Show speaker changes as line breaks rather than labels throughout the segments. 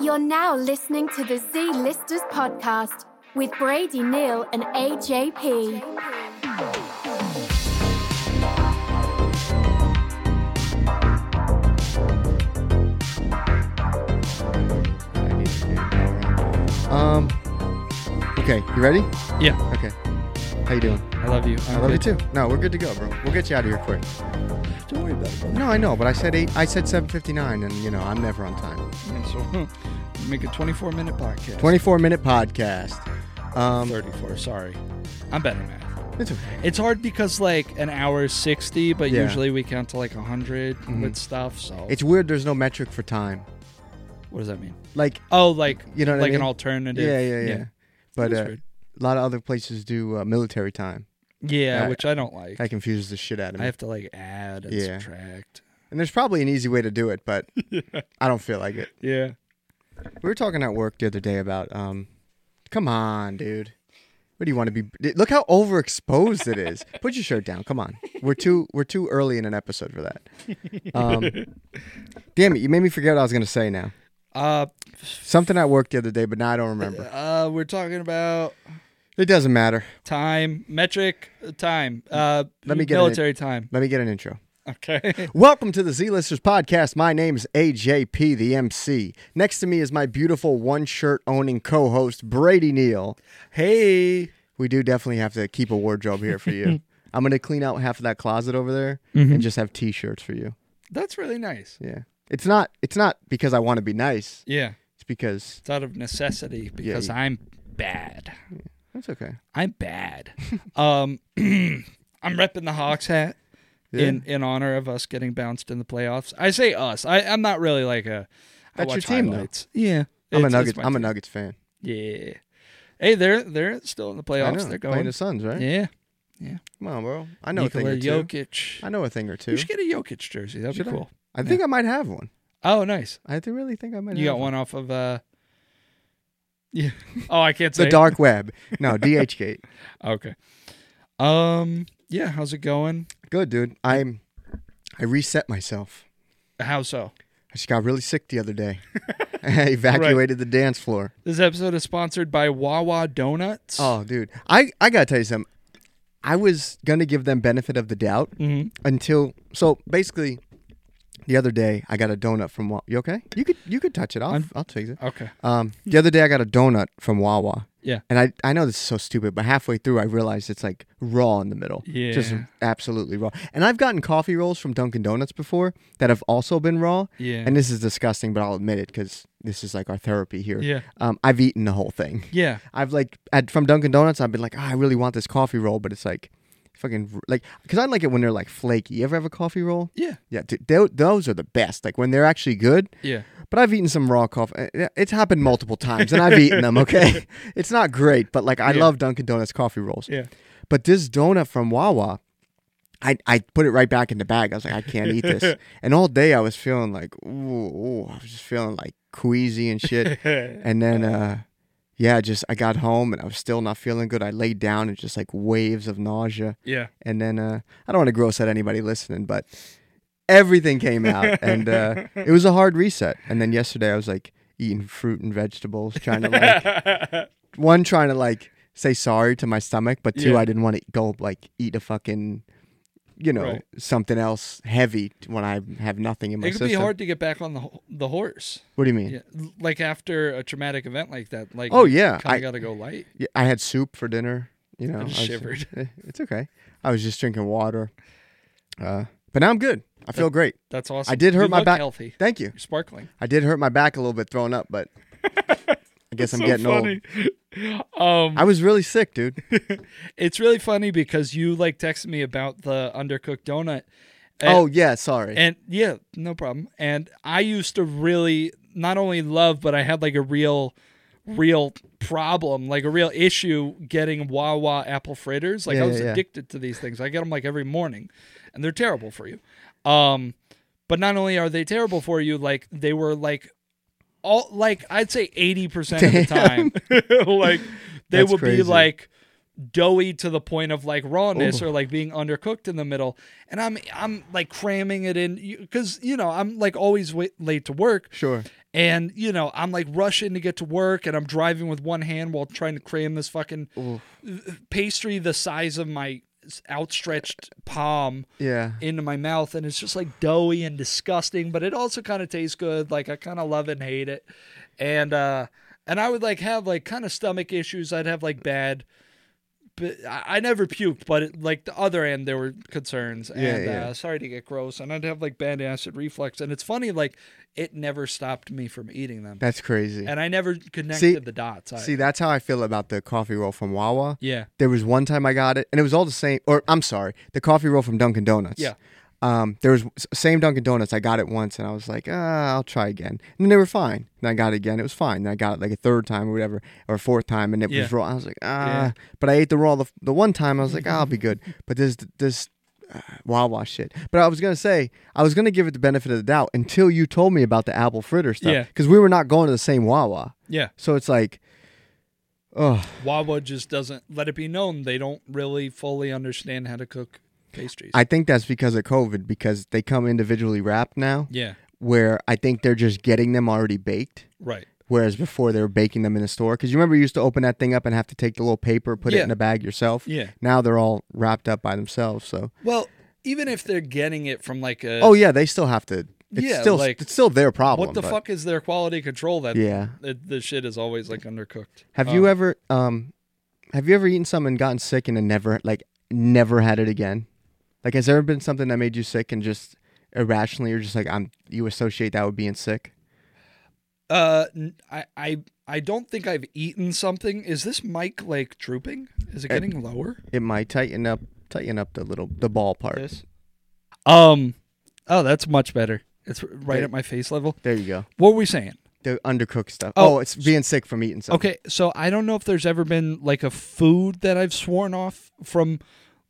You're now listening to the Z Listers podcast with Brady Neal and AJP.
Um. Okay, you ready?
Yeah,
Okay. How you doing?
I love you.
i love you too. No, we're good to go, bro. We'll get you out of here quick.
Don't worry about it.
No, I know, but I said eight. I said 7:59, and you know I'm never on time.
And so make a 24 minute podcast.
24 minute podcast. Um,
34. Sorry, I'm better math.
it's okay.
It's hard because like an hour is 60, but
Yeah. Mm-hmm.
usually we count to like 100 with stuff. So
It's weird. There's no metric for time.
what does that mean?
Like,
Oh, like
You know what I
like an
mean?
alternative.
yeah, yeah, yeah. But
That's
uh,
weird.
a lot of other places do uh, military time.
yeah,
I-
which I don't like.
That confuses the shit out of
I
me.
have to like add and
Yeah.
subtract.
and there's probably an easy way to do it, but I don't feel like it.
Yeah.
We were talking at work the other day about, um, come on, dude. What do you want to be? Look how overexposed it is. Put your shirt down. Come on. We're too we're too early in an episode for that. Um, damn it, you made me forget what I was gonna say now.
Uh,
Something at work the other day, but now I don't remember.
uh, we're talking about
It doesn't matter.
time metric uh, time. Uh,
Let me get an-
military time.
Let me get an intro.
Okay.
Welcome to the Z Listers podcast. My name is AJP, the MC. Next to me is my beautiful one shirt owning co host, Brady Neal.
hey.
We do definitely have to keep a wardrobe here for you. I'm going to clean out half of that closet over there
Mm-hmm.
and just have t shirts for you.
That's really nice.
Yeah. It's not it's not because I want to be nice.
Yeah.
It's because
It's out of necessity because
you-
I'm bad.
that's okay.
I'm bad. um, I'm repping the Hawks hat in in honor of us getting bounced in the playoffs. I say us. I, I'm not really like a. I
That's your
watch
team, though.
highlights. Yeah,
I'm a
it's- it's
Nuggets
my
I'm a
team.
Nuggets fan.
Yeah. Hey, they're they're still in the
I
playoffs.
know.
They're
Playing
going.
the Suns, right?
Yeah.
Come on, bro. I know
Nikola
a thing or two.
Jokic.
I know a thing or
You
two.
should get a Jokic jersey. That'd
Should I?
be cool.
I think I might have one.
Oh, nice.
I do really think I might
You
have
got one off of. uh Yeah. Oh, I can't say
The
it.
dark web. No, DH gate.
Okay. Um. Yeah. How's it going?
Good, dude. I'm. I reset myself.
How so?
I just got really sick the other day. I evacuated the dance floor.
This episode is sponsored by Wawa Donuts.
Oh, dude. I I gotta tell you something. I was gonna give them benefit of the doubt
Mhm.
until so basically. The other day, I got a donut from Wawa. You okay? You could you could touch it. I'll I'll take it.
Okay.
Um, the other day, I got a donut from Wawa.
Hmm. Yeah.
And I, I know this is so stupid, but halfway through I realized it's like raw in the middle. Just
Yeah.
absolutely raw. And I've gotten coffee rolls from Dunkin' Donuts before that have also been raw.
Yeah.
And this is disgusting, but I'll admit it because this is like our therapy here.
Yeah.
Um, I've eaten the whole thing.
Yeah.
I've like, at, from Dunkin' Donuts, I've been like, "Ah, I really want this coffee roll, but it's like fucking, r- like, because I like it when they're like flaky. You ever have a coffee roll?
Yeah.
Yeah, dude, tho- those are the best. Like when they're actually good,
Yeah.
but I've eaten some raw coffee. Uh, It's happened multiple times, and I've eaten them. Okay, it's not great, but like I
Yeah.
love Dunkin' Donuts coffee rolls.
Yeah.
But this donut from Wawa, I I put it right back in the bag. I was like, I can't eat this. and all day I was feeling like, ooh, ooh I was just feeling like queasy and shit. and then, uh, yeah, just I got home and I was still not feeling good. I laid down and just like waves of nausea.
Yeah.
And then uh, I don't want to gross out anybody listening, but everything came out, and uh, it was a hard reset. And then yesterday, I was like eating fruit and vegetables, trying to like one, trying to like say sorry to my stomach, but two,
Yeah.
I didn't want to go like eat a fucking, you know,
Right.
something else heavy when I have nothing in my
It could
system.
be hard to get back on the ho- the horse.
What do you mean?
Yeah. Like after a traumatic event like that. Like.
Oh, yeah.
Kind
I-
of got to go light.
Yeah, I had soup for dinner. You know,
just
was-
shivered.
eh, It's okay. I was just drinking water, uh, but now I'm good. I feel great.
That's awesome.
I did hurt
You
my
look
back.
Healthy.
Thank you.
You're sparkling.
I did hurt my back a little bit throwing up, but I guess I'm getting old.
Um,
I was really sick, dude.
it's really funny because you like texted me about the undercooked donut. and-
oh yeah, sorry.
And yeah, no problem. And I used to really not only love, but I had like a real, real problem, like a real issue getting Wawa apple fritters. Like
Yeah,
I was
yeah, yeah.
addicted to these things. I get them like every morning, and they're terrible for you. Um, but not only are they terrible for you, like they were like all like I'd say eighty percent of the time, like they
That's
would
crazy.
be like doughy to the point of like rawness or like being undercooked in the middle and i'm i'm like cramming it in because you know i'm like always wait, late to work
sure.
And you know, I'm like rushing to get to work, and I'm driving with one hand while trying to cram this fucking
Oof.
pastry the size of my outstretched palm
Yeah.
into my mouth and it's just like doughy and disgusting but it also kind of tastes good like i kind of love it and hate it and uh and i would like have like kind of stomach issues i'd have like bad but i I never puked but it, like the other end there were concerns and
Yeah, yeah.
Uh, sorry to get gross and i'd have like bad acid reflux and it's funny like it never stopped me from eating them
That's crazy.
and uh, i never connected
See-
the dots I,
See, that's how I feel about the coffee roll from Wawa.
yeah
There was one time I got it, and it was all the same. Or I'm sorry, the coffee roll from Dunkin' Donuts.
Yeah.
Um, there was s- same Dunkin' Donuts. I got it once, and I was like, ah, I'll try again. And then they were fine. And I got it again. It was fine. And I got it like a third time or whatever, or a fourth time, and it
Yeah.
was raw. I was like, ah.
Yeah.
But I ate the raw the, the one time. I was like, ah, I'll be good. But this this uh, Wawa shit. But I was gonna say I was gonna give it the benefit of the doubt until you told me about the apple fritter stuff.
Yeah.
Because we were not going to the same Wawa,
yeah
so it's like, oh.
Wawa just doesn't let it be known they don't really fully understand how to cook pastries.
I think that's because of COVID because they come individually wrapped now,
yeah,
where I think they're just getting them already baked.
right.
Whereas before they were baking them in the store. Because you remember you used to open that thing up and have to take the little paper, put it
Yeah.
in a bag yourself.
Yeah.
Now they're all wrapped up by themselves. So
Well, even if they're getting it from like a
Oh yeah, they still have to it's
Yeah,
still
like,
it's still their problem.
what the
but-
fuck is their quality control that
Yeah.
that the shit is always like undercooked.
Have you ever um have you ever eaten something and gotten sick and then never like never had it again? Like has there ever been something that made you sick and just irrationally you're just like I'm you associate that with being sick?
Uh, n- I I I don't think I've eaten something. Is this mic like drooping? Is it getting lower?
It might tighten up tighten up the little the ball part.
This. Um. Oh, that's much better. It's right
Yeah.
at my face level.
There you go.
What were we saying?
The undercooked stuff.
Oh,
Oh, it's being sick from eating something.
Okay, so I don't know if there's ever been like a food that I've sworn off from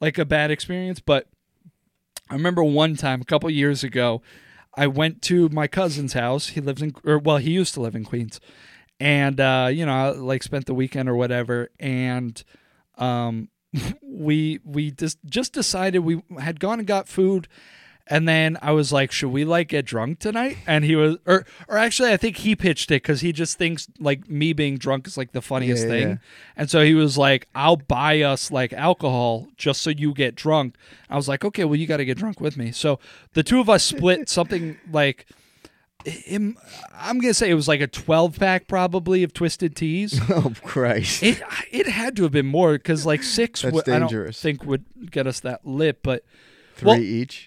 like a bad experience, but I remember one time a couple years ago, I went to my cousin's house. He lives in, or well, he used to live in Queens, and uh, you know, I, like spent the weekend or whatever, and um, we we just just decided we had gone and got food. And then I was like, "Should we like get drunk tonight?" And he was, or, or actually, I think he pitched it because he just thinks like me being drunk is like the funniest
Yeah,
thing.
yeah.
And so he was like, "I'll buy us like alcohol just so you get drunk." I was like, "Okay, well, you got to get drunk with me." So the two of us split something like im- I'm gonna say it was like a 12 pack probably of Twisted Teas.
Oh Christ.
It it had to have been more because like six.
That's
would, I don't
dangerous.
think would get us that lit, but
Three
well-
each.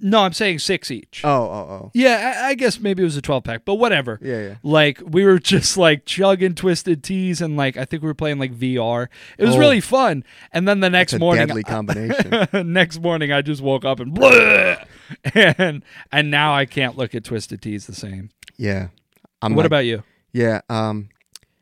no, I'm saying six each.
Oh, oh, oh.
Yeah, I, I guess maybe it was a 12 pack, but whatever.
Yeah, yeah.
Like we were just like chugging twisted teas and like I think we were playing like VR. It was
Oh.
really fun. And then the next
It's a
morning,
deadly combination.
next morning I just woke up and bleh, and and now I can't look at twisted teas the same.
yeah. I'm
what
like-
about you?
Yeah, um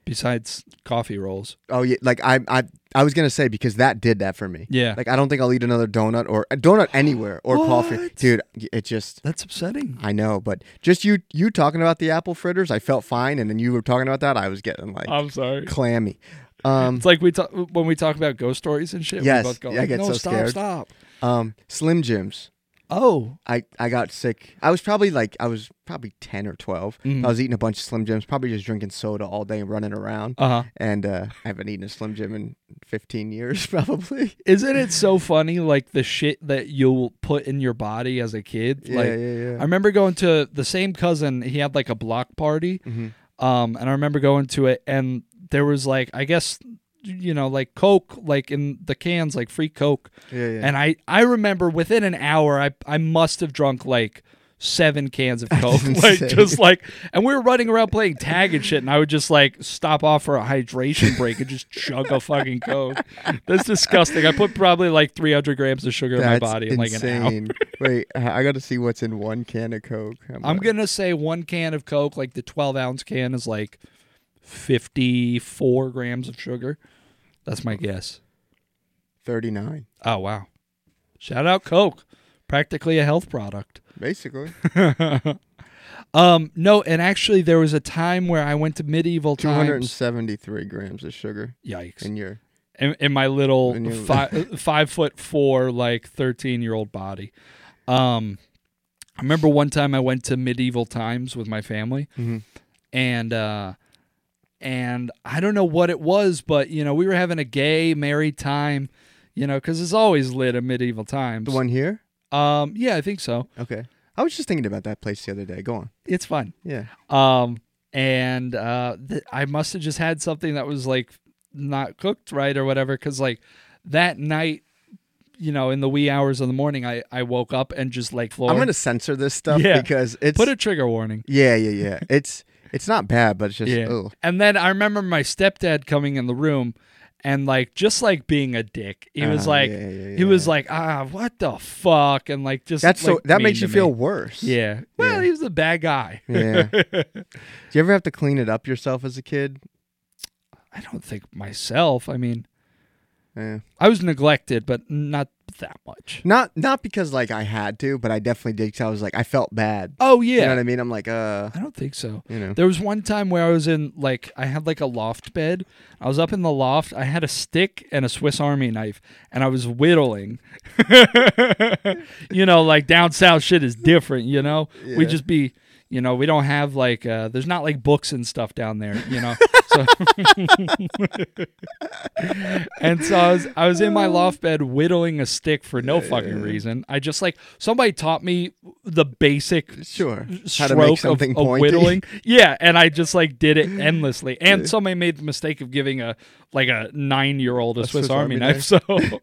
Besides coffee rolls,
Oh yeah, like I I I was gonna say because that did that for me.
Yeah.
Like I don't think I'll eat another donut or a donut anywhere or coffee,
What?
dude. It just
that's upsetting.
I know, but just you you talking about the apple fritters, I felt fine, and then you were talking about that, I was getting like
I'm sorry.
clammy. Um,
It's like we talk when we talk about ghost stories and shit.
Yes,
we both go,
yeah, I
like,
get
no,
so
stop,
scared."
stop.
um, Slim Jims.
Oh,
I, I got sick. I was probably like I was probably ten or 12
Mhm.
I was eating a bunch of Slim Jims, probably just drinking soda all day and running around.
uh huh.
and uh, I haven't eaten a Slim Jim in fifteen years, probably.
Isn't it so funny, like the shit that you'll put in your body as a kid?
Yeah,
like,
yeah, yeah.
I remember going to the same cousin. He had like a block party,
Mm-hmm.
um, and I remember going to it, and there was like, I guess, you know, like Coke, like in the cans, like free Coke.
Yeah, yeah.
And I, I remember within an hour, I, I must have drunk like seven cans of Coke, like
insane.
just like, and we were running around playing tag and shit, and I would just like stop off for a hydration break and just chug a fucking Coke. That's disgusting. I put probably like 300 grams of sugar in my
That's
body in
insane.
like an hour.
Wait, I got to see what's in one can of Coke.
I'm
like-
gonna say one can of Coke, like the 12 ounce can, is like 54 grams of sugar. That's my guess.
39,
Oh wow! Shout out Coke, practically a health product.
basically.
Um, no, and actually, there was a time where I went to medieval times.
273 grams of sugar
Yikes!
in your.
In, in my little uh,
In your-
fi- five foot four, like thirteen year old body, um, I remember one time I went to medieval times with my family,
Mhm.
and uh, and I don't know what it was, but you know we were having a gay married time, you know, because it's always lit at medieval times.
The one here?
um, yeah, I think so.
Okay. I was just thinking about that place the other day. Go on.
It's fun.
Yeah.
Um, and uh, th- I must have just had something that was like not cooked right or whatever. Cause like that night, you know, in the wee hours of the morning, I, I woke up and just like floored.
I'm gonna censor this stuff
Yeah.
because it's
put a trigger warning.
yeah, yeah, yeah. It's it's not bad, but it's just
Yeah.
oh
And then I remember my stepdad coming in the room and like just like being a dick. He was
Ah,
like,
yeah, yeah,
he was
yeah.
like, ah, what the fuck, and like just
that's so
like,
that
mean
makes you
to
feel
me.
worse.
Yeah. Well,
Yeah.
he was a bad guy.
Yeah. Do you ever have to clean it up yourself as a kid?
I don't think myself. I mean,
Yeah.
I was neglected, but not that much.
Eh. Not not because like I had to, but I definitely did. 'cause I was like I felt bad.
Oh yeah.
You know what I mean? I'm like uh,
I don't think so.
you know.
There was one time where I was in like I had like a loft bed. I was up in the loft. I had a stick and a Swiss Army knife, and I was whittling. you know, like down south shit is different. You know, we
Yeah.
just be. You know, we don't have like uh, there's not like books and stuff down there. You know, so and so I was I was in my loft bed whittling a stick for no fucking reason. I just like somebody taught me the basic
Sure. How
stroke
to make
of,
something
of
pointy.
whittling. Yeah, and I just like did it endlessly. And somebody made the mistake of giving a like a nine year old a, Swiss,
Swiss
Army,
Army
knife. So, um,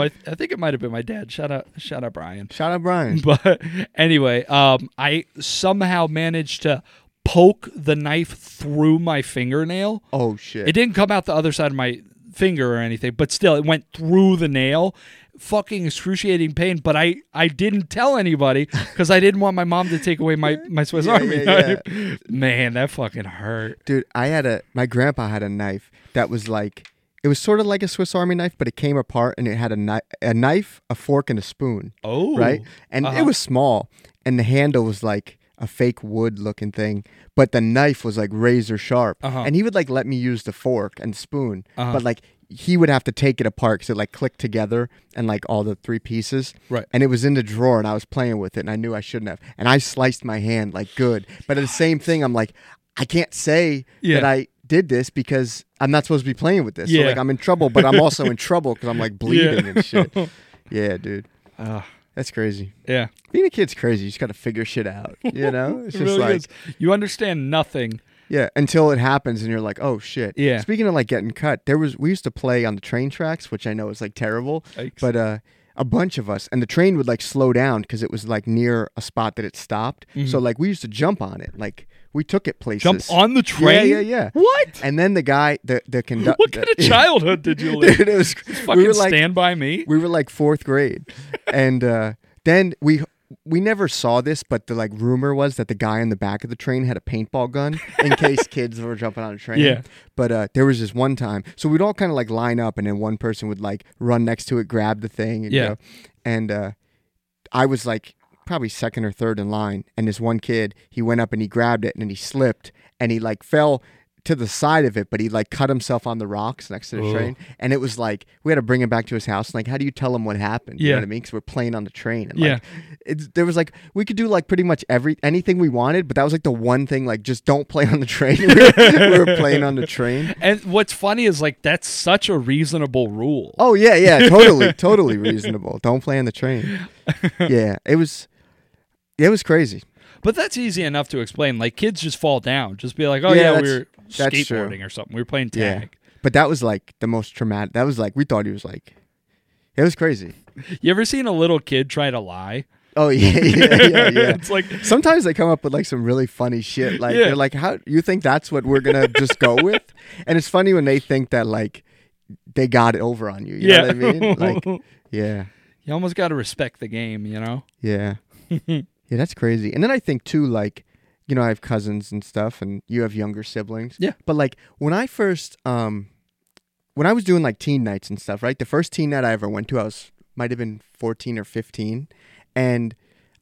I, I think it might have been my dad. Shout out, shout out, Brian.
Shout out Brian.
But anyway, um, I somehow managed to poke the knife through my fingernail.
Oh shit.
It didn't come out the other side of my finger or anything, but still, it went through the nail. Fucking excruciating pain, but I I didn't tell anybody because I didn't want my mom to take away my my Swiss
Yeah,
Army
yeah,
knife. Man, that fucking hurt.
Dude, I had a my grandpa had a knife that was like it was sort of like a Swiss Army knife, but it came apart and it had a knife, a knife, a fork, and a spoon.
Oh,
right? And
Uh-huh.
it was small, and the handle was like a fake wood looking thing, but the knife was like razor sharp.
Uh-huh.
And he would like let me use the fork and spoon,
Uh-huh.
but like he would have to take it apart because it like clicked together and like all the three pieces.
Right.
And it was in the drawer, and I was playing with it, and I knew I shouldn't have. And I sliced my hand like good, but at the same thing, I'm like, I can't say
Yeah.
that I did this because I'm not supposed to be playing with this.
Yeah.
So like I'm in trouble, but I'm also in trouble because I'm like bleeding and shit. Yeah, dude.
Ah.
That's crazy.
Yeah,
Being a kid's crazy. You just gotta figure shit out. You know, it's
it
just
really
like
is. You understand nothing.
yeah, until it happens and you're like, oh shit.
Yeah.
Speaking of like getting cut, there was we used to play on the train tracks, which I know is like terrible,
Yikes.
but uh, a bunch of us, and the train would like slow down because it was like near a spot that it stopped. So like we used to jump on it, like we took it places.
Mm-hmm. Jump on the train.
Yeah, yeah, yeah.
What?
And then the guy, the the conductor.
What kind of childhood did you live?
Dude, it was.
Fucking
we were like
stand by me.
we were like fourth grade and uh, then we we never saw this but the like rumor was that the guy in the back of the train had a paintball gun in case kids were jumping on a train
Yeah.
but uh, there was this one time so we'd all kind of like line up and then one person would like run next to it grab the thing and, you
Yeah.
know, and uh, i was like probably second or third in line and this one kid he went up and he grabbed it and then he slipped and he like fell to the side of it but he like cut himself on the rocks next to the
Ugh.
train and it was like we had to bring him back to his house. And like, how do you tell him what happened? You
Yeah.
know what I mean? Because we're playing on the train. And
Yeah.
like, it's, there was like we could do like pretty much every anything we wanted, but that was like the one thing like just don't play on the train. we, were, we were playing on the train.
And what's funny is like that's such a reasonable rule.
Oh yeah, yeah, totally, totally reasonable. Don't play on the train. Yeah, it was, it was crazy.
But that's easy enough to explain. Like kids just fall down. Just be like, oh
Yeah,
yeah, we
that's-
were
that's true.
skateboarding or something. We were playing
Yeah,
tag.
but that was like the most traumatic. That was like we thought he was like, it was crazy.
You ever seen a little kid try to lie?
Oh yeah, yeah, yeah, yeah.
it's like
Sometimes they come up with like some really funny shit. Like
Yeah.
they're like, "How you think that's what we're gonna just go with?" And it's funny when they think that like they got it over on you. You
yeah.
know what I mean? Like, yeah,
you almost got to respect the game, you know?
yeah, yeah. That's crazy. And then I think too, like, you know, I have cousins and stuff, and you have younger siblings.
Yeah.
But like when I first, um, when I was doing like teen nights and stuff, right? The first teen night I ever went to, I was might have been fourteen or fifteen, and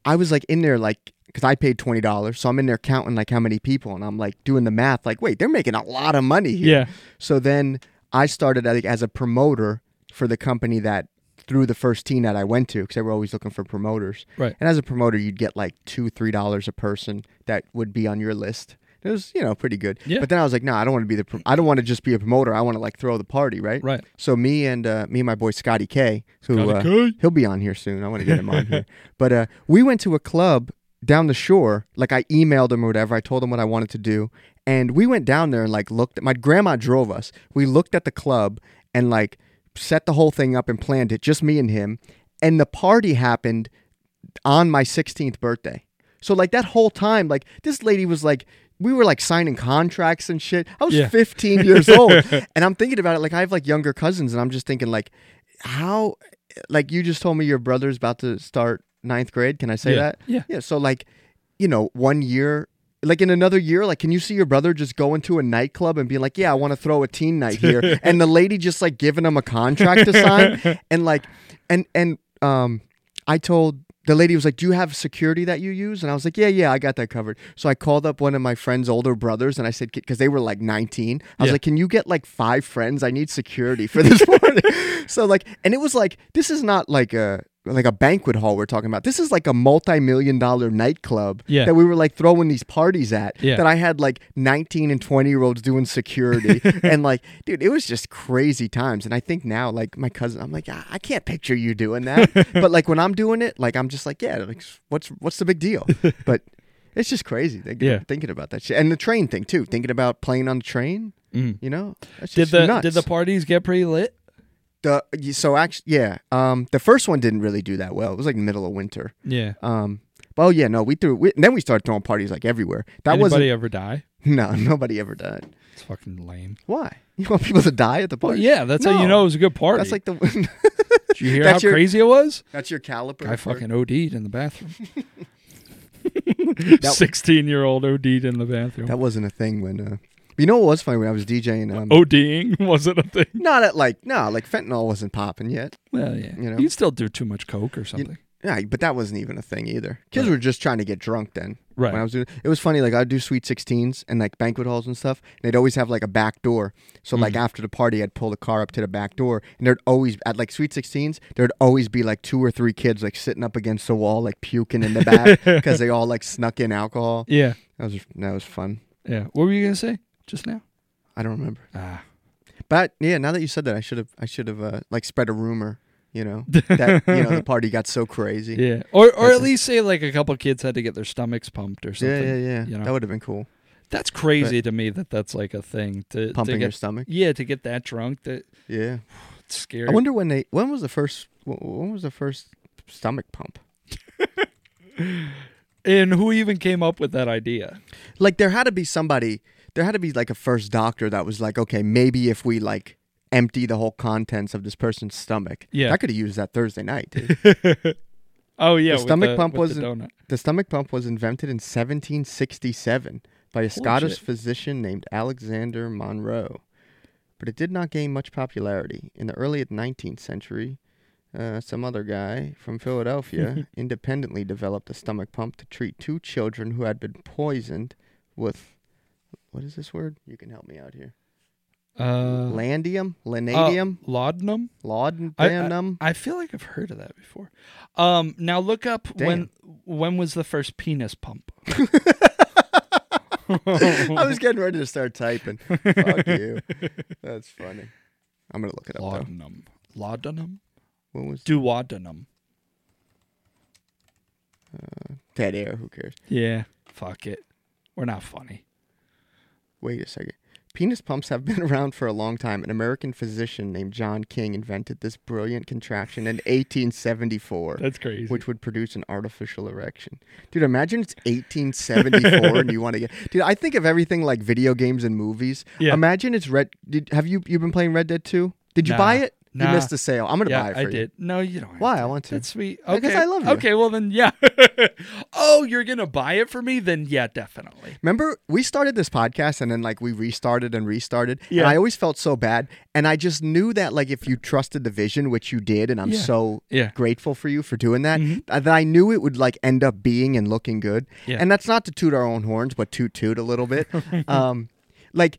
I was like in there like because I paid twenty dollars, so I'm in there counting like how many people, and I'm like doing the math, like wait, they're making a lot of money here.
Yeah.
So then I started like, as a promoter for the company that through the first team that I went to because they were always looking for promoters.
Right.
And as a promoter, you'd get like two, three dollars a person that would be on your list. It was, you know, pretty good.
Yeah.
But then I was like, no, I don't want to be the. Pro- I don't want to just be a promoter. I want to like throw the party, right?
Right.
So me and uh, me and my boy Scotty K, who
Scotty
uh,
K.
he'll be on here soon. I want to get him on here. But uh, we went to a club down the shore. Like I emailed him or whatever. I told him what I wanted to do, and we went down there and like looked. My grandma drove us. We looked at the club and like set the whole thing up and planned it. Just me and him, and the party happened on my 16th birthday. So like that whole time, like this lady was like, we were like signing contracts and shit. I was
Yeah.
15 years old, and I'm thinking about it. Like I have like younger cousins, and I'm just thinking like, how, like you just told me your brother's about to start ninth grade. Can I say
Yeah.
that?
Yeah.
Yeah. So like, you know, one year. Like in another year, like can you see your brother just going to a nightclub and being like, "Yeah, I want to throw a teen night here," and the lady just like giving him a contract to sign, and like, and and um, I told the lady was like, "Do you have security that you use?" And I was like, "Yeah, yeah, I got that covered." So I called up one of my friend's older brothers and I said, "Because they were like 19, I was
Yeah.
like, can you get like five friends? I need security for this party." so like, and it was like, this is not like a like a banquet hall we're talking about. This is like a multi-million dollar nightclub
Yeah.
that we were like throwing these parties at.
Yeah.
That I had like 19 and 20 year olds doing security and like, dude, it was just crazy times. And I think now, like my cousin, I'm like, I, I can't picture you doing that. but like when I'm doing it, like I'm just like, yeah, like what's what's the big deal? But it's just crazy thinking,
Yeah.
thinking about that shit and the train thing too. Thinking about playing on the train,
Mm.
you know, that's
Did
just
the
nuts.
did the parties get pretty lit?
the so actually yeah, um, the first one didn't really do that well. It was like middle of winter.
Yeah.
Um, well, yeah, no, we threw. We, and then we started throwing parties like everywhere. That
Anybody ever die?
wasn't no, nobody ever died.
It's fucking lame.
Why? You want people to die at the
Well,
party?
yeah, that's how you
No.
know it was a good party.
That's like the
Did you hear how
that's your-
crazy it was?
that's your caliper.
I fucking OD'd in the bathroom.
That-
Sixteen-year-old OD'd in the bathroom.
That wasn't a thing when. Uh, you know what was funny when I was DJing? Um,
Oh, ODing wasn't a thing.
Not at like no, like fentanyl wasn't popping yet.
Well, yeah, you
You know?
can still do too much coke or something.
Yeah, but that wasn't even a thing either. Kids were just trying to get drunk then.
Right.
When I was doing, it was funny. Like I'd do sweet sixteens and like banquet halls and stuff. And they'd always have like a back door. So
Mm-hmm.
like after the party, I'd pull the car up to the back door, and there'd always at like sweet sixteens, there'd always be like two or three kids like sitting up against the wall, like puking in the back because they all like snuck in alcohol.
Yeah,
That was that was fun.
yeah. What were you gonna say just now?
I don't remember.
Ah,
But yeah, now that you said that, I should have I should have uh, like spread a rumor. You know that you know the party got so crazy.
yeah. Or or
That's
at
a-
least say like a couple kids had to get their stomachs pumped or
Yeah,
something.
yeah, yeah.
you know?
That would have been cool.
That's crazy to me that that's like a thing to to
Pumping your
get-
stomach.
Yeah, to get that drunk, that
Yeah.
it's scary.
I wonder when they when was the first wh- when was the first stomach pump?
and who even came up with that idea?
Like there had to be somebody there had to be like a first doctor that was like, okay, maybe if we like empty the whole contents of this person's stomach.
Yeah.
I could have used that Thursday night. dude.
Oh yeah,
The
with
stomach pump
with the
wasn't-
donut.
the stomach pump was invented in 1767 by a Scottish
shit.
physician named Alexander Monroe. But it did not gain much popularity. In the early 19th century, uh, some other guy from Philadelphia independently developed a stomach pump to treat two children who had been poisoned with what is this word? You can help me out here.
Uh,
Landium,
uh,
linadium,
laudanum. I- I-
laudanum.
I, feel like I've heard of that before. Um, now look up when when was the first penis pump?
I was getting ready to start typing. Fuck you. That's funny. I'm gonna look it up though.
Laudanum. Laudanum.
What was
Duodenum.
dead air? Who cares?
Yeah. Fuck it. We're not funny.
Wait a second. Penis pumps have been around for a long time. An American physician named John King invented this brilliant contraption in 1874,
That's crazy.
which would produce an artificial erection. Dude, imagine it's 1874 and you want to get. Dude, I think of everything like video games and movies.
Yeah.
Imagine it's Red. Did, have you you been playing Red Dead 2? Did you
Nah.
buy it?
Nah.
You missed the sale. I'm gonna
yeah,
buy it for
I
you.
did. No, you don't. have
Why?
to.
I want to.
That's sweet. Okay.
Because I love you.
Okay, well then, yeah. oh, you're gonna buy it for me? Then yeah, definitely.
Remember, we started this podcast and then like we restarted and restarted.
Yeah.
And I always felt so bad. And I just knew that like if you trusted the vision, which you did, and I'm
Yeah.
so
Yeah. Mm-hmm.
grateful for you for doing that, uh, that I knew it would like end up being and looking good.
Yeah.
And that's not to toot our own horns, but toot toot a little bit. um, like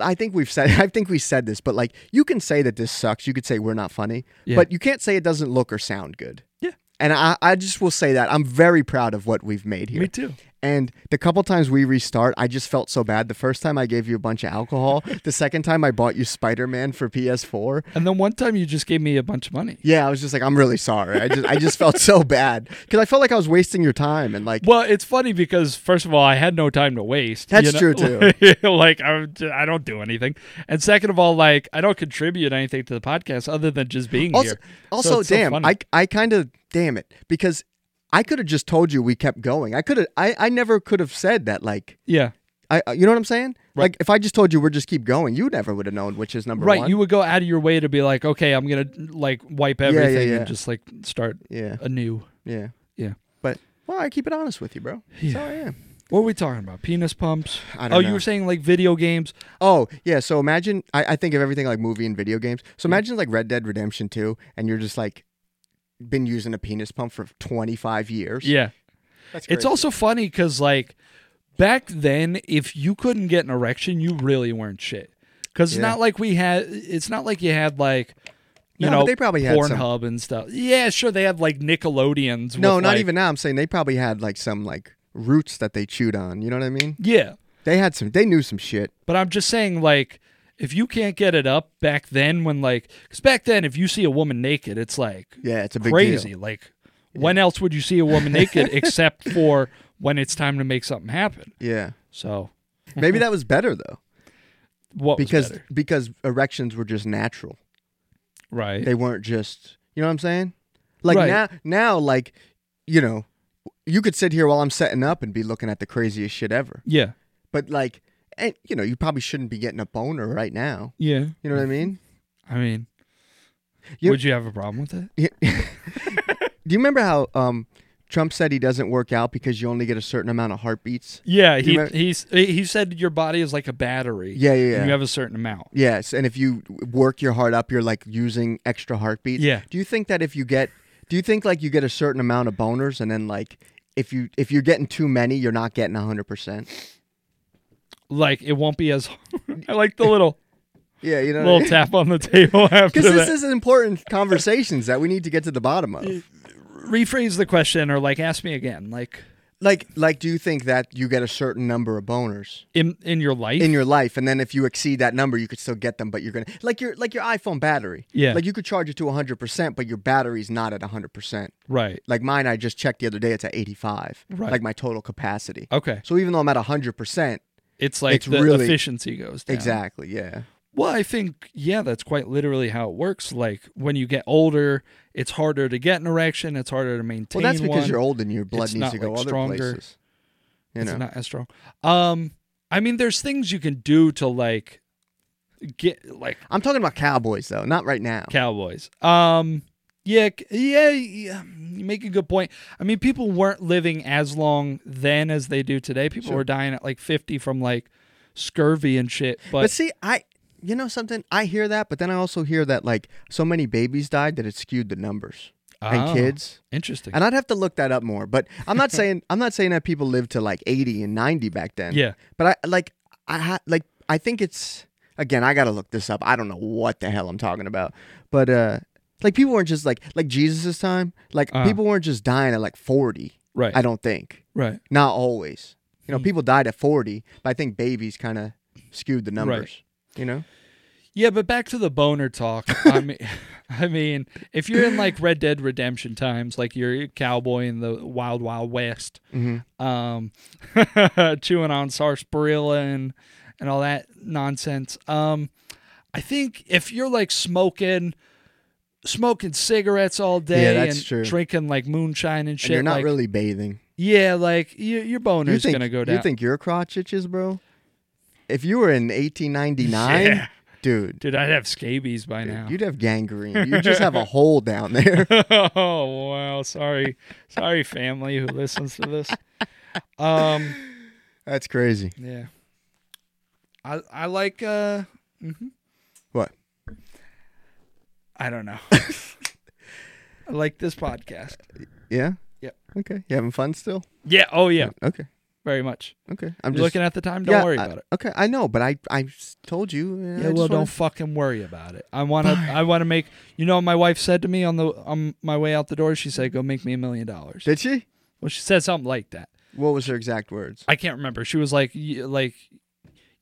I think we've said I think we said this, but like you can say that this sucks. You could say we're not funny,
Yeah.
but you can't say it doesn't look or sound good.
Yeah.
And I, I just will say that I'm very proud of what we've made here.
Me too.
And the couple times we restart, I just felt so bad. The first time I gave you a bunch of alcohol. the second time I bought you Spider Man for PS4.
And then one time you just gave me a bunch of money.
Yeah, I was just like, I'm really sorry. I just I just felt so bad because I felt like I was wasting your time and like
Well, it's funny because first of all, I had no time to waste.
That's
you know?
true,
like I, I don't do anything, and second of all, like I don't contribute anything to the podcast other than just being
also
here. So
also
it's so
damn
funny.
I I kind of damn it because I could have just told you we kept going. I could have I I never could have said that like.
yeah,
I, uh, you know what I'm saying?
Right.
Like, if I just told you we're just keep going, you never would have known which is number
right.
one.
You would go out of your way to be like, okay, I'm gonna like wipe
yeah,
everything
yeah.
and just like start
yeah,
anew.
yeah,
Yeah.
But well, I keep it honest with you, bro. That's
Yeah.
how I am.
What were we talking about? Penis pumps.
I don't
oh,
know.
you were saying like video games.
Oh yeah. So imagine I, I think of everything like movie and video games. So imagine like Red Dead Redemption Two, and you're just like been using a penis pump for 25 years.
Yeah,
That's
it's
crazy.
also funny because like back then, if you couldn't get an erection, you really weren't shit. Because it's
Yeah.
not like we had. It's not like you had like. You
No, but
know,
they probably had some-
Pornhub and stuff. Yeah, sure, they had like Nickelodeons.
no,
with,
not
like-
even now. I'm saying they probably had like some like roots that they chewed on. You know what I mean?
Yeah,
They had some. They knew some shit.
But I'm just saying, like, if you can't get it up back then, when like, because back then, if you see a woman naked, it's like
Yeah, it's a big
crazy.
deal.
Like, when else would you see a woman naked except for when it's time to make something happen?
Yeah.
So,
Maybe that was better though,
what
because
was better?
because erections were just natural.
Right.
they weren't just you know what I'm saying? Like
Right.
now now like you know you could sit here while I'm setting up and be looking at the craziest shit ever.
yeah.
But like and, you know, you probably shouldn't be getting a boner right now.
Yeah.
You know what I mean?
I mean,
You-
would you have a problem with it?
Do you remember how um Trump said he doesn't work out because you only get a certain amount of heartbeats?
Yeah.
you
He
remember-
he's he said your body is like a battery.
Yeah, yeah,
and
yeah.
you have a certain amount.
yes, and if you work your heart up, you're like using extra heartbeats.
Yeah.
Do you think that if you get do you think like you get a certain amount of boners and then like if you if you're getting too many, you're not getting 100%?
Like it won't be as. I like the little
Yeah, you know. what I
little
mean?
tap on the table after
Because
that.
this is important conversations that we need to get to the bottom of.
rephrase the question or like ask me again like
Like, like, do you think that you get a certain number of boners
in in your life
in your life, and then if you exceed that number, you could still get them, but you're gonna like your like your iPhone battery.
Yeah.
Like you could charge it to 100, percent but your battery's not at 100. percent
right
Like mine, I just checked the other day; it's at 85.
Right. Uh,
Like my total capacity.
okay
So even though I'm at 100, percent
it's like
It's
the
really-
efficiency goes down
exactly, yeah,
well i think yeah that's quite literally how it works like when you get older it's harder to get an erection it's harder to maintain
well, that's because
one.
you're old and your blood
It's
needs
not,
to go
like,
other
stronger.
places. You
it's
know,
not as strong um i mean there's things you can do to like get like
I'm talking about cowboys though, not right now.
Cowboys. Um, yeah, c- yeah, yeah, you make a good point. I mean, people weren't living as long then as they do today. People were dying at like 50 from like scurvy and shit. But,
But see, I you know something, I hear that, but then I also hear that like so many babies died that it skewed the numbers
Oh,
and kids.
Interesting.
And I'd have to look that up more, but I'm not saying I'm not saying that people lived to like 80 and 90 back then.
Yeah.
But I like I ha- like I think it's again, I got to look this up. I don't know what the hell I'm talking about. But uh like people weren't just like like Jesus' time, like
Uh.
people weren't just dying at like 40.
Right. Hmm.
I don't think.
right.
Not always. You know, people died at 40, but I think babies kind of skewed the numbers, you know?
Yeah, but back to the boner talk. I mean, I mean, if you're in like Red Dead Redemption times, like you're a cowboy in the Wild Wild West,
Mm-hmm.
um, chewing on sarsaparilla and and all that nonsense. Um, I think if you're like smoking, smoking cigarettes all day
that's
and
true.
drinking like moonshine and shit,
and you're not
like,
really bathing.
yeah, like your your boner's
you think
gonna go down.
You think your crotch itches, bro? If you were in 1899,
Yeah.
dude,
Dude, I'd have scabies by now.
you'd have gangrene. You just have a hole down there.
oh wow sorry sorry family who listens to this um
That's crazy.
yeah i i like uh
What?
i don't know i like this podcast
Yeah.
Yep.
Okay. You having fun still?
yeah oh yeah
Okay.
very much.
Okay, I'm
You're
just
looking at the time. Don't
yeah,
worry
I-
about it.
Okay, I know, but I I s- told you. and I
Yeah,
just
well, don't
wanna-
fucking worry about it. I wanna, I wanna make. You know, what my wife said to me on the on my way out the door. She said, "Go make me a million dollars."
Did she?
Well, she said something like that.
What was her exact words?
I can't remember. She was like, y- like,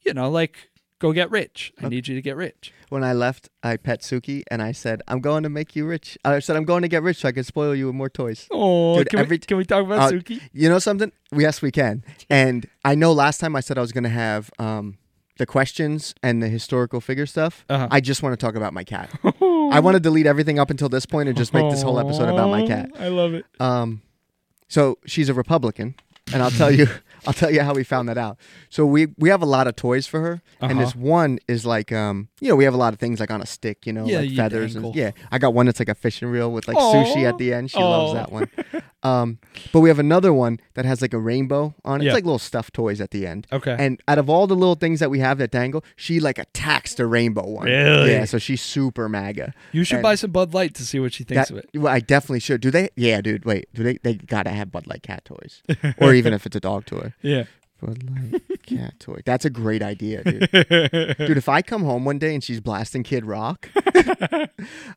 you know, like, go get rich. I need you to get rich.
When I left, I pet Suki and I said, "I'm going to make you rich." I said, "I'm going to get rich so I can spoil you with more toys."
Oh,
Dude,
can,
every-
we, can we talk about
Uh,
Suki?
You know something? Yes, we can. And I know last time I said I was going to have um, the questions and the historical figure stuff.
Uh-huh.
I just want to talk about my cat. I want to delete everything up until this point and just make this whole episode about my cat.
I love it.
Um, so she's a Republican, and I'll tell you, I'll tell you how we found that out. So we we have a lot of toys for her, and this
Uh-huh.
one is like, um, you know, we have a lot of things like on a stick, you know,
Yeah,
like
you'd
feathers. And,
angle.
yeah, I got one that's like a fishing reel with like sushi
Aw.
at the end. She
Aw.
loves that one. Um, but we have another one that has like a rainbow on it.
Yeah.
It's like little stuffed toys at the end.
Okay.
uh, And out of all the little things that we have that dangle, she like attacks the rainbow one.
Really?
Yeah. So she's super MAGA.
you should
and-
buy some Bud Light to see what she
That,
thinks of it.
well, I definitely should. Do they? Yeah, dude. Wait, do they? They gotta have Bud Light cat toys, or even if it's a dog toy.
Yeah.
Bud Light cat toy. That's a great idea, dude. dude, if I come home one day and she's blasting Kid Rock,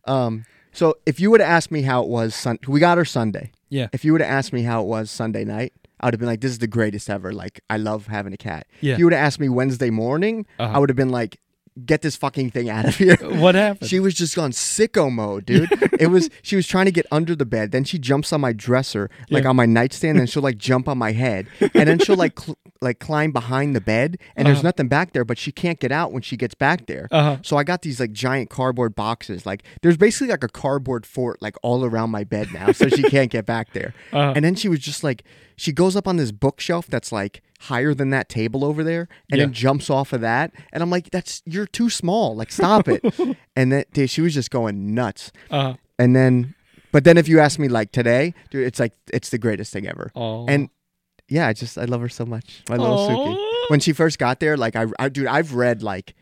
um. So if you would have asked me how it was, sun- we got her Sunday.
Yeah.
If you would have asked me how it was Sunday night, I would have been like, "This is the greatest ever." Like, I love having a cat.
Yeah.
If you would have asked me Wednesday morning,
Uh-huh.
I would have been like, "Get this fucking thing out of here."
What happened?
She was just on sicko mode, dude. it was she was trying to get under the bed. Then she jumps on my dresser, like on my nightstand, and she'll like jump on my head, and then she'll like cl- like climb behind the bed. And there's nothing back there, but she can't get out when she gets back there.
Uh-huh.
So I got these like giant cardboard boxes. Like there's basically like a cardboard fort like all around my bed now, so she can't get back there.
Uh-huh.
And then she was just like, she goes up on this bookshelf that's like higher than that table over there, and then
Yeah.
jumps off of that. And I'm like, that's you're too small. Like stop it. and then dude, she was just going nuts.
Uh,
And then, but then if you ask me like today, dude, it's like it's the greatest thing ever.
oh.
And yeah, I just I love her so much. My little
Aw.
Suki. When she first got there, like I, I dude, I've read like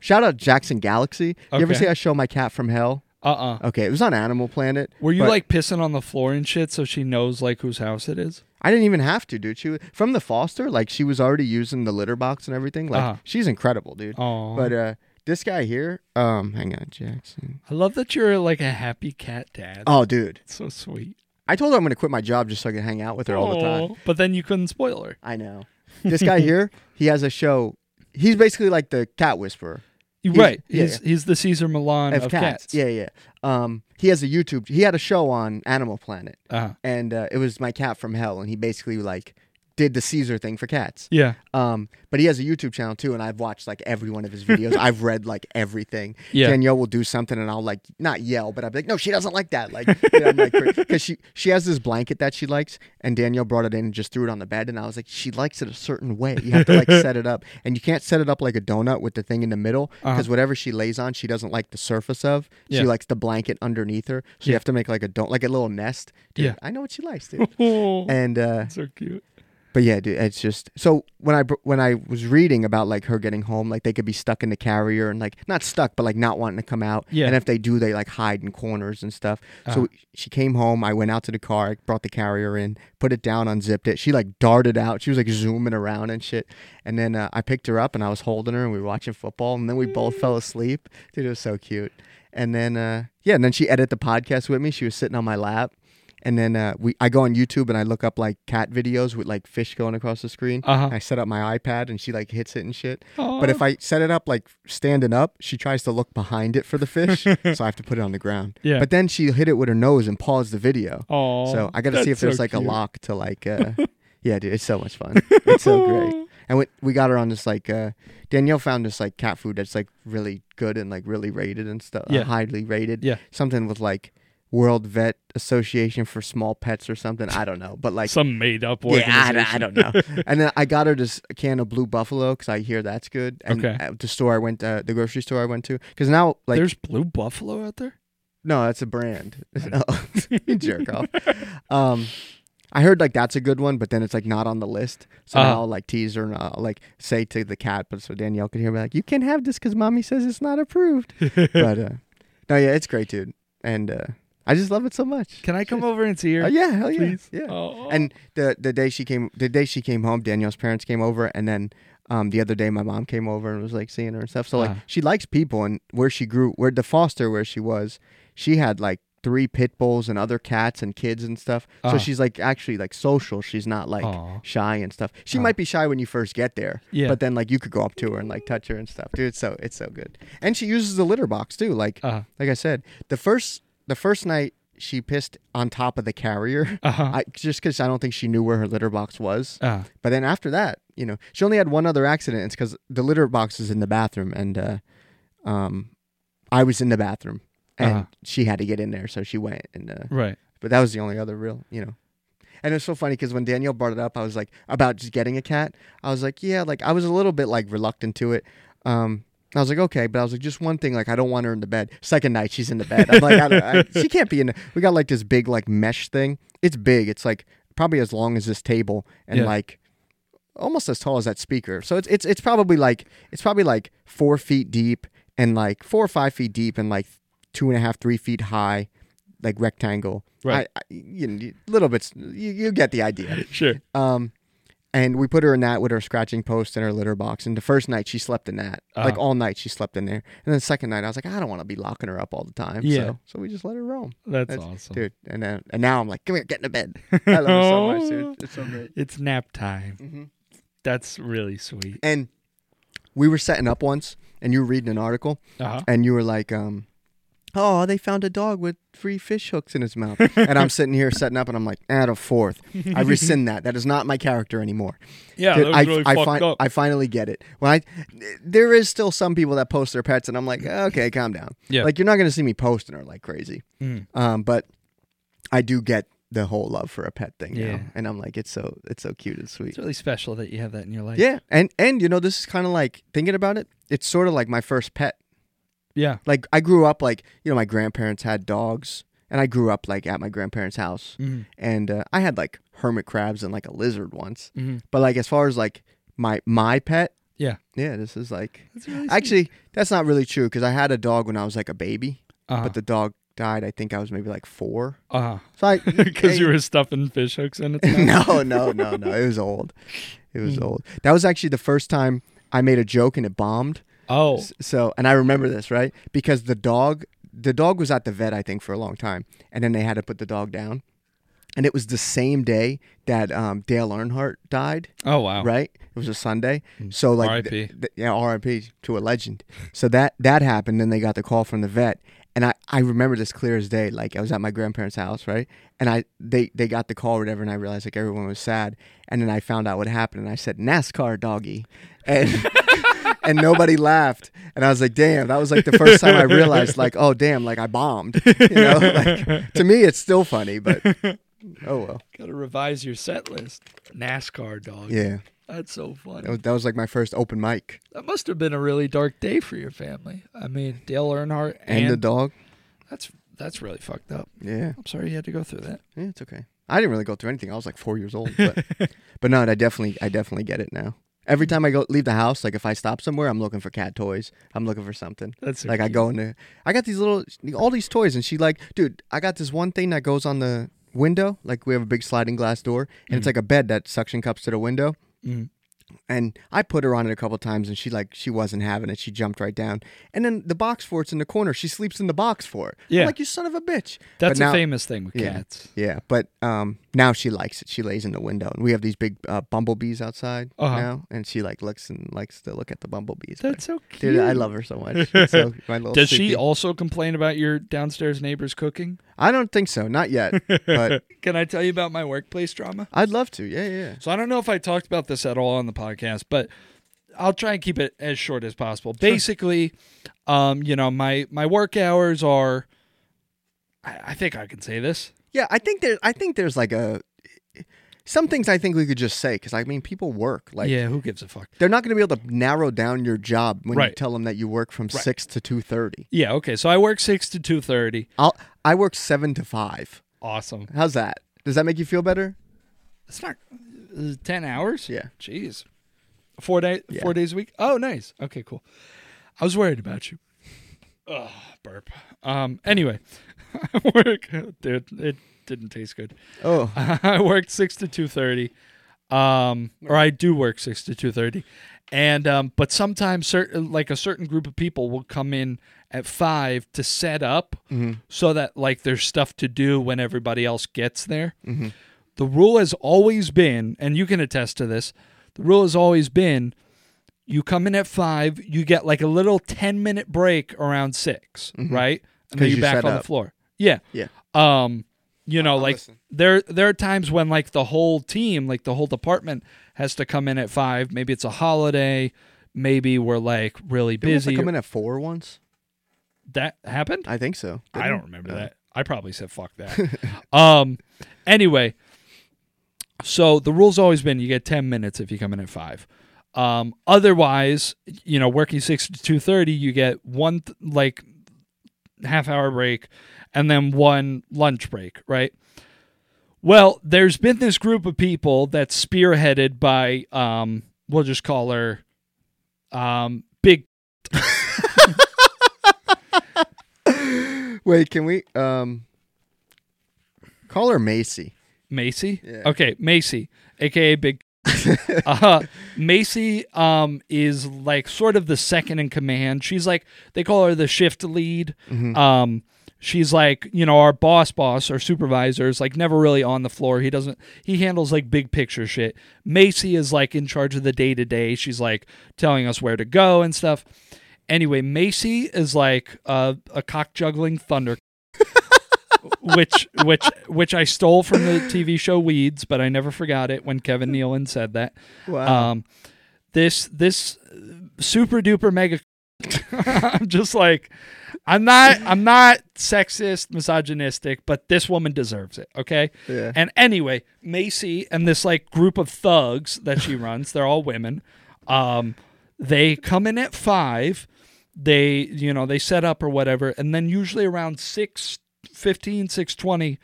shout out Jackson Galaxy. You ever
Okay.
see I show my cat from hell?
uh uh
Okay, it was on Animal Planet.
Were you
but
like pissing on the floor and shit so she knows like whose house it is?
I didn't even have to, dude. She was, from the foster, like she was already using the litter box and everything. Like
Uh-huh.
she's incredible, dude.
Oh.
But uh this guy here, um, hang on, Jackson.
I love that you're like a happy cat dad.
Oh, dude,
It's so sweet.
I told her I'm gonna quit my job just so I could hang out with her all the time.
Aw. But then you couldn't spoil her.
I know. This guy here, he has a show. He's basically like the cat whisperer.
You're
He's-
right.
yeah,
he's he's the Caesar Milan of,
of cats. Yeah, yeah. Um, he has a YouTube. He had a show on Animal Planet,
Uh-huh.
and uh, it was my cat from hell, and he basically like did the Caesar thing for cats.
Yeah.
Um, but he has a YouTube channel too, and I've watched like every one of his videos. I've read like everything.
Yeah.
Danielle will do something, and I'll like not yell, but I'll be like, "No, she doesn't like that." Like, you know, I'm like, because she she has this blanket that she likes, and Danielle brought it in and just threw it on the bed, and I was like, "She likes it a certain way. You have to like set it up, and you can't set it up like a donut with the thing in the middle, because whatever she lays on, she doesn't like the surface of.
Uh-huh. Yeah.
She likes the blanket underneath her, so you have to make like a don like a little nest. Dude,
Yeah.
I know what she likes, dude.
Oh,
and uh,
so cute.
but yeah, dude, it's just so when I br- when I was reading about like her getting home, like they could be stuck in the carrier and like not stuck, but like not wanting to come out.
Yeah.
And if they do, they like hide in corners and stuff. So she came home. I went out to the car. I brought the carrier in, put it down, unzipped it. She like darted out. She was like zooming around and shit. And then uh, I picked her up and I was holding her and we were watching football. And then we both fell asleep. Dude, it was so cute. And then uh, yeah, and then she edited the podcast with me. She was sitting on my lap. And then uh, we, I go on YouTube and I look up like cat videos with like fish going across the screen.
Uh-huh.
I set up my iPad and she like hits it and shit.
Aw.
But if I set it up like standing up, she tries to look behind it for the fish, so I have to put it on the ground.
Yeah.
But then she hit it with her nose and paused the video.
Oh.
so I got to see
that's
if there's
so
like
cute.
a lock to like. Uh, yeah, dude, it's so much fun. It's so great. And we, we got her on this like uh, Danielle found this like cat food that's like really good and like really rated and stuff. uh,
Yeah.
highly rated.
Yeah.
Something with like World Vet Association for Small Pets or something. I don't know, but like
Some made up
yeah,
organization.
I, don't- I don't know. and then I got her this can of Blue Buffalo because I hear that's good. And
Okay.
At the store I went, uh, the grocery store I went to, because now like
There's blue buffalo out there?
no, that's a brand. Oh, you jerk off. Um, I heard like that's a good one, but then it's like not on the list. So
Uh-huh.
now I'll like tease her and I'll like say to the cat, but so Danielle can hear me like, you can't have this because mommy says it's not approved. but uh, no, yeah, it's great, dude. And uh, I I just love it so much.
Can I come over and see her?
Oh, yeah, hell yeah,
please?
yeah.
Oh.
And the the day she came, the day she came home, Danielle's parents came over, and then um, the other day my mom came over and was like seeing her and stuff. So like
Uh-huh.
she likes people, and where she grew, where the foster where she was, she had like three pit bulls and other cats and kids and stuff.
Uh-huh.
So she's like actually like social. She's not like
Aw. Uh.
shy and stuff. She might be shy when you first get there,
Yeah.
But then like you could go up to her and like touch her and stuff, dude. It's so it's so good. And she uses the litter box too. Like
Uh-huh.
like I said, the first the first night she pissed on top of the carrier.
Uh-huh.
I just because I don't think she knew where her litter box was.
Uh,
But then after that, you know, she only had one other accident. It's because the litter box is in the bathroom, and uh, um, I was in the bathroom, and
Uh-huh.
she had to get in there, so she went. And uh,
right.
but that was the only other real, you know. And it's so funny because when Danielle brought it up, I was like about just getting a cat. I was like, yeah, like I was a little bit like reluctant to it. Um, I was like, okay, but I was like, just one thing, like I don't want her in the bed. Second night, she's in the bed. I'm like, I don't, I, she can't be in. The, we got like this big like mesh thing. It's big. It's like probably as long as this table and
Yeah.
like almost as tall as that speaker. So it's it's it's probably like it's probably like four feet deep and like four or five feet deep and like two and a half three feet high, like rectangle.
Right.
I, I, you know, little bits. You, you get the idea.
Sure.
Um, and we put her in that with her scratching post and her litter box. And the first night she slept in that,
Uh-huh.
like all night she slept in there. And then the second night I was like, I don't want to be locking her up all the time.
Yeah.
So, so we just let her roam,
That's, awesome.
dude. And then, and now I'm like, come here, get in the bed. I love her so much, dude. It's so great.
It's nap time.
Mm-hmm.
That's really sweet.
And we were setting up once, and you were reading an article,
Uh-huh.
and you were like, um, "Oh, they found a dog with three fish hooks in his mouth," and I'm sitting here setting up, and I'm like, "Add a fourth. I rescind that. That is not my character anymore."
Yeah,
Dude,
that was
I,
really
I,
fucked
fin-
up.
I finally get it. When I, there is still some people that post their pets, and I'm like, "Okay, calm down.
Yeah.
Like you're not gonna see me posting her like crazy." Um, but I do get the whole love for a pet thing, yeah.
Yeah.
And I'm like, it's so it's so cute and sweet.
it's really special that you have that in your life.
Yeah, and and you know this is kind of like thinking about it. It's sort of like my first pet.
Yeah.
Like I grew up like you know my grandparents had dogs, and I grew up like at my grandparents' house,
Mhm.
and uh, I had like hermit crabs and like a lizard once.
Mhm.
But like as far as like my my pet,
Yeah.
yeah, this is like
That's really sweet.
actually that's not really true because I had a dog when I was like a baby,
uh-huh.
but the dog died. I think I was maybe like four.
uh-huh.
So I
Because you were stuffing fish hooks in its mouth.
no, no, no, no. It was old. It
Mm.
was old. That was actually the first time I made a joke and it bombed.
Oh,
So, and I remember this, right? Because the dog, the dog was at the vet, I think, for a long time. And then they had to put the dog down. And it was the same day that um, Dale Earnhardt died,
oh Hmm. wow.
right? It was a Sunday. So, like,
RIP.
th- th- yeah, RIP to a legend. So that, that happened. Then they got the call from the vet. And I, I remember this clear as day. Like I was at my grandparents' house, right? And I they, they got the call or whatever, and I realized like everyone was sad. And then I found out what happened, and I said NASCAR doggy, and and nobody laughed. And I was like, damn, that was like the first time I realized, like, oh damn, like I bombed. You know, like, to me it's still funny, but oh well.
Gotta revise your set list. NASCAR dog.
Yeah,
That's so funny.
that was, that was like my first open mic,
That must have been a really dark day for your family. I mean, Dale Earnhardt
and,
and,
the dog.
That's that's really fucked up.
Yeah,
I'm sorry you had to go through that.
yeah, it's okay. I didn't really go through anything. I was like four years old, but but no, I definitely I definitely get it now. Every
Mm.
time I go leave the house, like if I stop somewhere, I'm looking for cat toys. I'm looking for something.
That's so
like I
cute.
go in there. I got these little, all these toys, and she like, dude, I got this one thing that goes on the window. Like we have a big sliding glass door, and
Mm.
it's like a bed that suction cups to the window. And I put her on it a couple times, and she like she wasn't having it. She jumped right down, and then the box for it's in the corner. She sleeps in the box for it. I'm
Yeah.
like you son of a bitch. But
That's
now-
a famous thing with
yeah.
cats.
yeah, but um, now she likes it. She lays in the window, and we have these big uh, bumblebees outside
Uh-huh.
now, and she like looks and likes to look at the bumblebees. but-
That's so cute.
Dude, I love her so much. It's So, my little
Does she
Suki.
also complain about your downstairs neighbor's cooking?
I don't think so. Not yet. But
Can I tell you about my workplace drama?
I'd love to. Yeah, yeah.
So I don't know if I talked about this at all on the podcast, but I'll try and keep it as short as possible. Basically, um, you know, my my work hours are I, I think I can say this.
Yeah, I think there I think there's like a some things I think we could just say cuz I mean people work like
yeah, who gives a fuck?
they're not going to be able to narrow down your job when you
Right.
tell them that you work from 6 to 2:30.
Yeah, okay. So I work 6 to 2:30.
I'll I work 7 to 5.
Awesome.
How's that? Does that make you feel better?
It's not uh, 10 hours?
Yeah.
Jeez. Four day
Yeah.
four days a week? Oh, nice. Okay, cool. I was worried about you. Ugh, burp. Um anyway. I work, dude. It didn't taste good.
Oh,
I worked six to two thirty, um, or I do work six to two thirty, and um, but sometimes certain like a certain group of people will come in at five to set up
Mm-hmm.
so that like there's stuff to do when everybody else gets there.
Mm-hmm.
The rule has always been, and you can attest to this. The rule has always been. You come in at five, you get like a little ten minute break around 6 right?
'Cause
And then you're
Mm-hmm. you
back
set
on
up.
the floor. Yeah
yeah.
um you know like
listening.
there there are times when like the whole team like the whole department has to come in at five maybe it's a holiday maybe we're like really
Didn't we have to
busy
Come in at four once.
that happened
I think so.
i
didn't
don't remember that i probably said fuck that um anyway so the rule's always been you get 10 minutes if you come in at five um otherwise you know working 6 to 2.30 you get one th- like half hour break and then one lunch break, right? Well, there's been this group of people that's spearheaded by um we'll just call her um Big
Wait, can we um call her Macy?
Macy.
Yeah.
Okay, Macy, aka Big uh, Macy um is like sort of the second in command. She's like they call her the shift lead. Um she's like, you know, our boss boss, our supervisor is like never really on the floor. He doesn't he handles like big picture shit. Macy is like in charge of the day to day. She's like telling us where to go and stuff. Anyway, Macy is like uh, a cock juggling thunder which which which I stole from the TV show Weeds, but I never forgot it when Kevin Nealon said that.
Wow.
Um, this this super duper mega. I'm just like, I'm not I'm not sexist, misogynistic, but this woman deserves it. Okay.
Yeah.
And anyway, Macy and this like group of thugs that she runs, they're all women. Um, they come in at five. They you know they set up or whatever, and then usually around six fifteen, six twenty,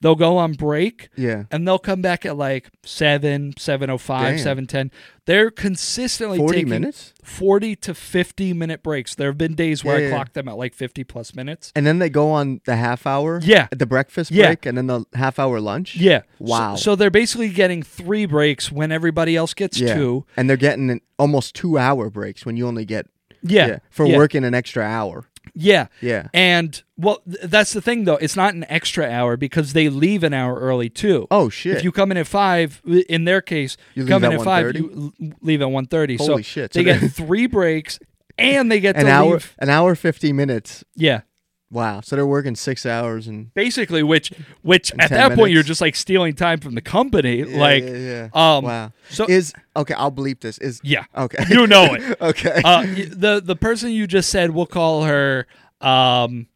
they'll go on break
yeah.
and they'll come back at like oh 7 705
Damn.
710 they're consistently
40
taking
minutes?
40 to 50 minute breaks there have been days where
Yeah,
i
yeah.
clock them at like 50 plus minutes
And then they go on the half hour.
Yeah.
The breakfast
Yeah.
break and then the half hour lunch.
yeah So-
Wow.
so, they're basically getting three breaks when everybody else gets
yeah.
two
And they're getting an, almost two hour breaks when you only get
yeah,
for
yeah,
working an extra hour.
yeah
Yeah.
and well th- that's the thing though it's not an extra hour because they leave an hour early too
Oh shit.
if you come in at five, in their case,
You
you,
leave
come in
at
at five,
1:30?
you l- leave at one thirty. so
Holy shit,
They
so
get
they-
three breaks, and they get
an
to
hour
leave.
an hour 50 minutes.
Yeah,
Wow. So they're working 6 hours and
basically, which which at
10
that point you're
minutes.
just like stealing time from the company.
Yeah,
like,
yeah, yeah.
um,
wow.
so-
is okay, I'll bleep this. Is
yeah,
Okay.
you know it.
okay.
Uh, y- the the person you just said, we'll call her, um,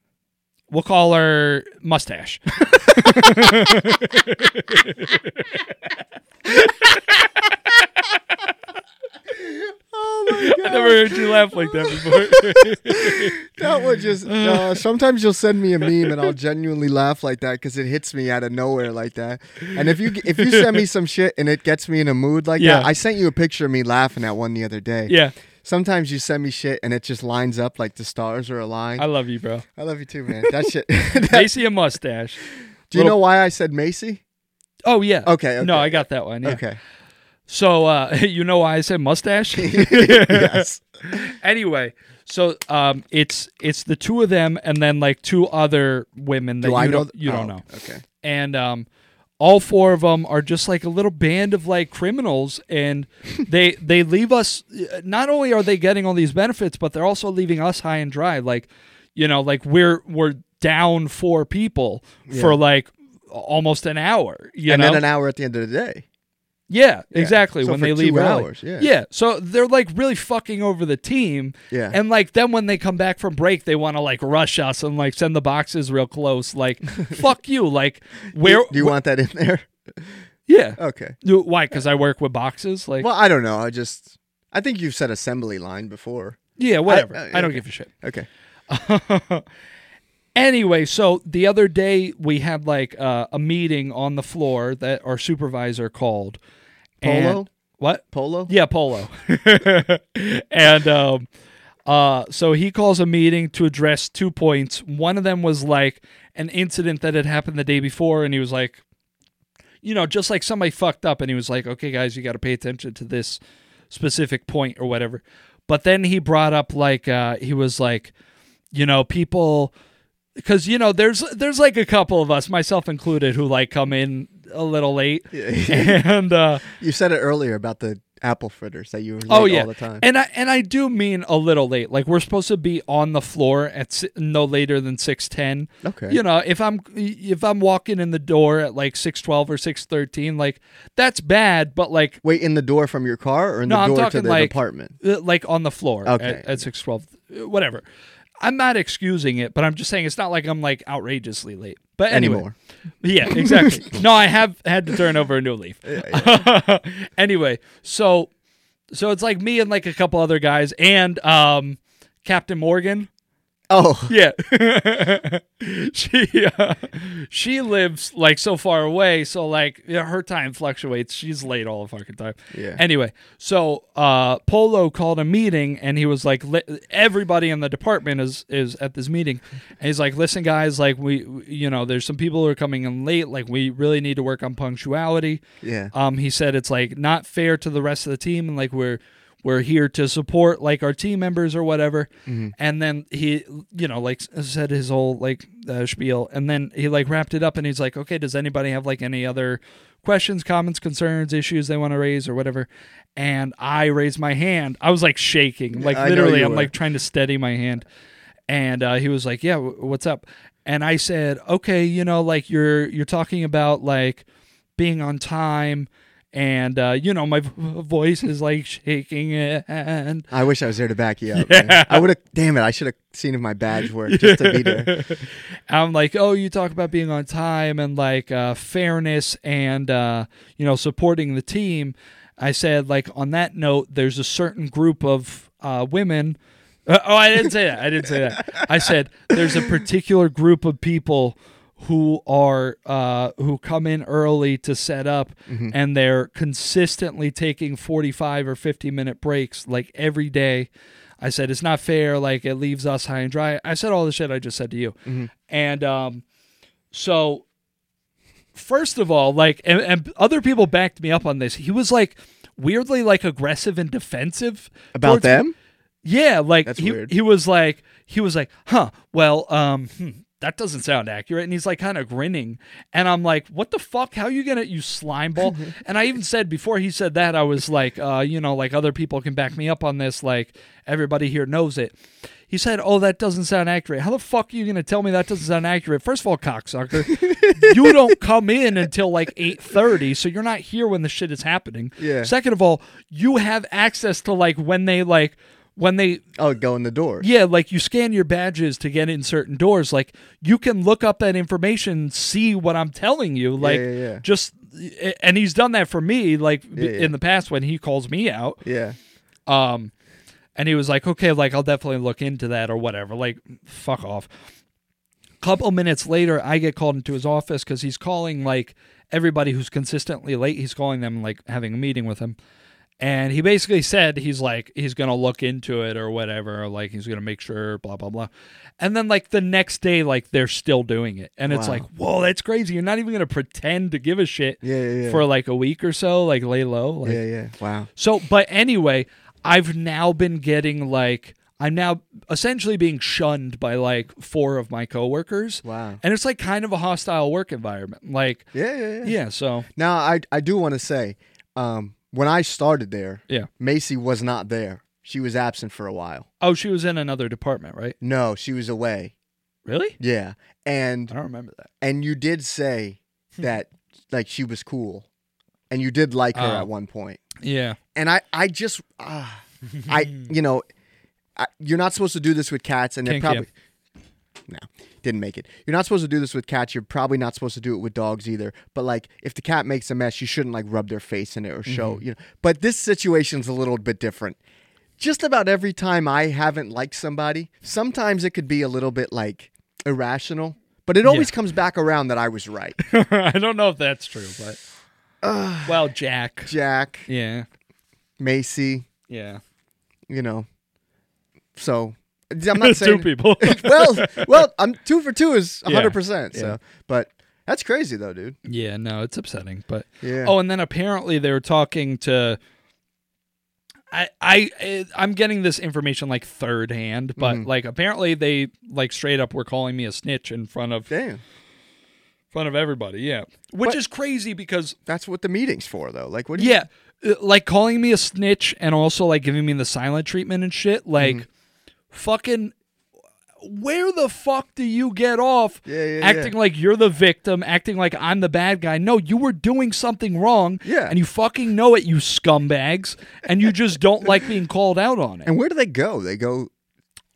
we'll call her mustache.
oh my god.
I never heard you laugh like that before.
That would just.
Mm.
Uh, sometimes you'll send me a meme and I'll genuinely laugh like that because it hits me out of nowhere like that. And if you if you send me some shit and it gets me in a mood like
Yeah.
that, I sent you a picture of me laughing at one the other day.
yeah,
Sometimes you send me shit and it just lines up like the stars are aligned.
I
I,
love you, bro.
love you too, man. That shit. that-
Macy a mustache.
do you
little-
know why I said Macy?
Oh yeah.
Okay,
No,
okay.
I got that one. Yeah.
Okay.
So uh, you know why I said mustache?
Yes.
anyway, so um, it's it's the two of them and then like two other women that
Do
you
I know?
don't
th-
you
oh,
don't know,
Okay.
and um, all four of them are just like a little band of like criminals, and they they leave us. uh, Not only are they getting all these benefits, but they're also leaving us high and dry. Like, you know, like we're we're down four people for like almost an hour. You
And
know?
then an hour at the end of the day.
Yeah, exactly.
So
when
for
they
two
leave early.
hours, yeah.
So they're like really fucking over the team.
Yeah.
And like then when they come back from break, they want to like rush us and like send the boxes real close. Like, fuck you. Like, where?
Do you want that in there?
yeah.
Okay.
Do- Why? Because I work with boxes. Like,
Well, I don't know. I just. I think you've said assembly line before.
yeah, whatever. I,
uh,
don't
okay.
give a shit.
Okay.
Anyway, so the other day we had like uh, a meeting on the floor that our supervisor called. and-
Polo?
what?
Polo?
Yeah, polo. and um, Uh, so he calls a meeting to address two points. One of them was like an incident that had happened the day before, and he was like, you know, just like somebody fucked up, and he was like, okay, guys, you got to pay attention to this specific point or whatever. But then he brought up like uh, he was like, you know, people because you know there's there's like a couple of us, myself included, who like come in a little late, and uh,
You said it earlier about the apple fritters that you were late
oh yeah,
all the time.
and I and I do mean a little late. Like we're supposed to be on the floor at si- no later than six ten.
Okay.
You know, if I'm if I'm walking in the door at like six twelve or six thirteen, like that's bad. But like
Wait, in the door from your car or in
No,
the
I'm
door to
talking
the
like-
apartment?
uh, like on the floor
Okay.
at, at 612 uh, whatever i'm not excusing it but i'm just saying it's not like i'm like outrageously late but anyway.
Anymore.
yeah exactly no i have had to turn over a new leaf anyway so so it's like me and like a couple other guys and um captain morgan
Oh,
yeah she uh, she lives like so far away so like yeah, her time fluctuates she's late all the fucking time
Yeah.
anyway so uh polo called a meeting and he was like li- everybody in the department is is at this meeting and he's like listen guys like we we- you know there's some people who are coming in late like we really need to work on punctuality
yeah.
um, he said it's like not fair to the rest of the team, and like we're we're here to support like our team members or whatever. And then he, you know, like s- said his whole like uh, spiel, and then he like wrapped it up, and he's like, okay, does anybody have like any other questions, comments, concerns, issues they want to raise or whatever? And I raised my hand. I was like shaking, like
I know
literally,
you
I'm
were.
like trying to steady my hand and uh, he was like, "Yeah, w- what's up?" And I said, "Okay, you know, like you're you're talking about like being on time, and uh, you know, my v- voice is like shaking, and
I wish I was there to back you up. man. I would have. Damn it! I should have seen if my badge worked just to be there.
I'm like, oh, you talk about being on time and like uh, fairness and uh, you know supporting the team. I said like on that note, there's a certain group of uh, women. Uh, oh, I didn't say that. I didn't say that. I said there's a particular group of people who are uh, who come in early to set up, and they're consistently taking 45 or 50 minute breaks like every day. I said it's not fair. Like it leaves us high and dry. I said all the shit I just said to you,
Mm-hmm.
and um, so first of all, like, and, and other people backed me up on this. He was like weirdly like aggressive and defensive
About
towards me.
them?
Yeah, like
That's
he
weird.
he was like he was like, huh? Well, um, hmm, that doesn't sound accurate. And he's like kind of grinning, and I'm like, what the fuck? How you gonna you slime ball? and I even said before he said that, I was like, uh, you know, like other people can back me up on this. Like everybody here knows it. He said, "Oh, that doesn't sound accurate. How the fuck are you gonna tell me that doesn't sound accurate? First of all, cocksucker, you don't come in until like eight thirty, so you're not here when the shit is happening.
Yeah.
Second of all, you have access to like when they like." When they
Oh, go in the door.
yeah, like you scan your badges to get in certain doors. Like you can look up that information, see what I'm telling you. Like
yeah, yeah.
just and he's done that for me like b-
Yeah, yeah.
in the past when he calls me out.
Yeah.
Um and he was like, "Okay, like I'll definitely look into that or whatever." Like fuck off. Couple minutes later, I get called into his office cuz he's calling like everybody who's consistently late. He's calling them like having a meeting with him. And he basically said he's like he's gonna look into it or whatever, or like he's gonna make sure, blah blah blah. And then like the next day, like they're still doing it, and it's
Wow.
like, whoa, that's crazy. You're not even gonna pretend to give a shit
Yeah, yeah, yeah.
for like a week or so, like lay low. Like,
Yeah. Yeah. Wow.
so, but anyway, I've now been getting like I'm now essentially being shunned by like four of my coworkers.
Wow.
And it's like kind of a hostile work environment. Like
Yeah. Yeah. Yeah.
yeah, so
Now I I do want to say, um, when I started there,
yeah.
Macy was not there. She was absent for a while.
Oh, she was in another department, right?
No, she was away.
Really?
Yeah. And
I don't remember that.
and you did say that like she was cool, and you did like her
Oh.
at one point.
Yeah.
and I, I just, uh, I, you know, I, you're not supposed to do this with cats, and they're
Can't
probably. No, didn't make it. You're not supposed to do this with cats. You're probably not supposed to do it with dogs either. But like, if the cat makes a mess, you shouldn't like rub their face in it or show.
Mm-hmm.
You know. But this situation's a little bit different. Just about every time I haven't liked somebody, sometimes it could be a little bit like irrational, but it always comes back around that I was right.
I don't know if that's true, but well, Jack.
Jack,
Yeah.
Macy,
Yeah.
you know, So I'm not saying
two people.
well, well, I'm two for two is
Yeah.
100. percent So,
Yeah.
but that's crazy though, dude.
yeah, no, it's upsetting, but
Yeah.
Oh, and then apparently they were talking to. I I I'm getting this information like third hand, but
Mm-hmm.
like apparently they like straight up were calling me a snitch in front of
damn.
front of everybody. Yeah, which
But-
is crazy because
That's what the meeting's for, though. Like, what? Do you,
yeah, uh, like calling me a snitch and also like giving me the silent treatment and shit.
Mm-hmm.
Like, fucking, where the fuck do you get off
Yeah, yeah, yeah.
acting like you're the victim, acting like I'm the bad guy? No, you were doing something wrong.
Yeah.
And you fucking know it, you scumbags. And you just don't like being called out on it.
And where do they go? They go.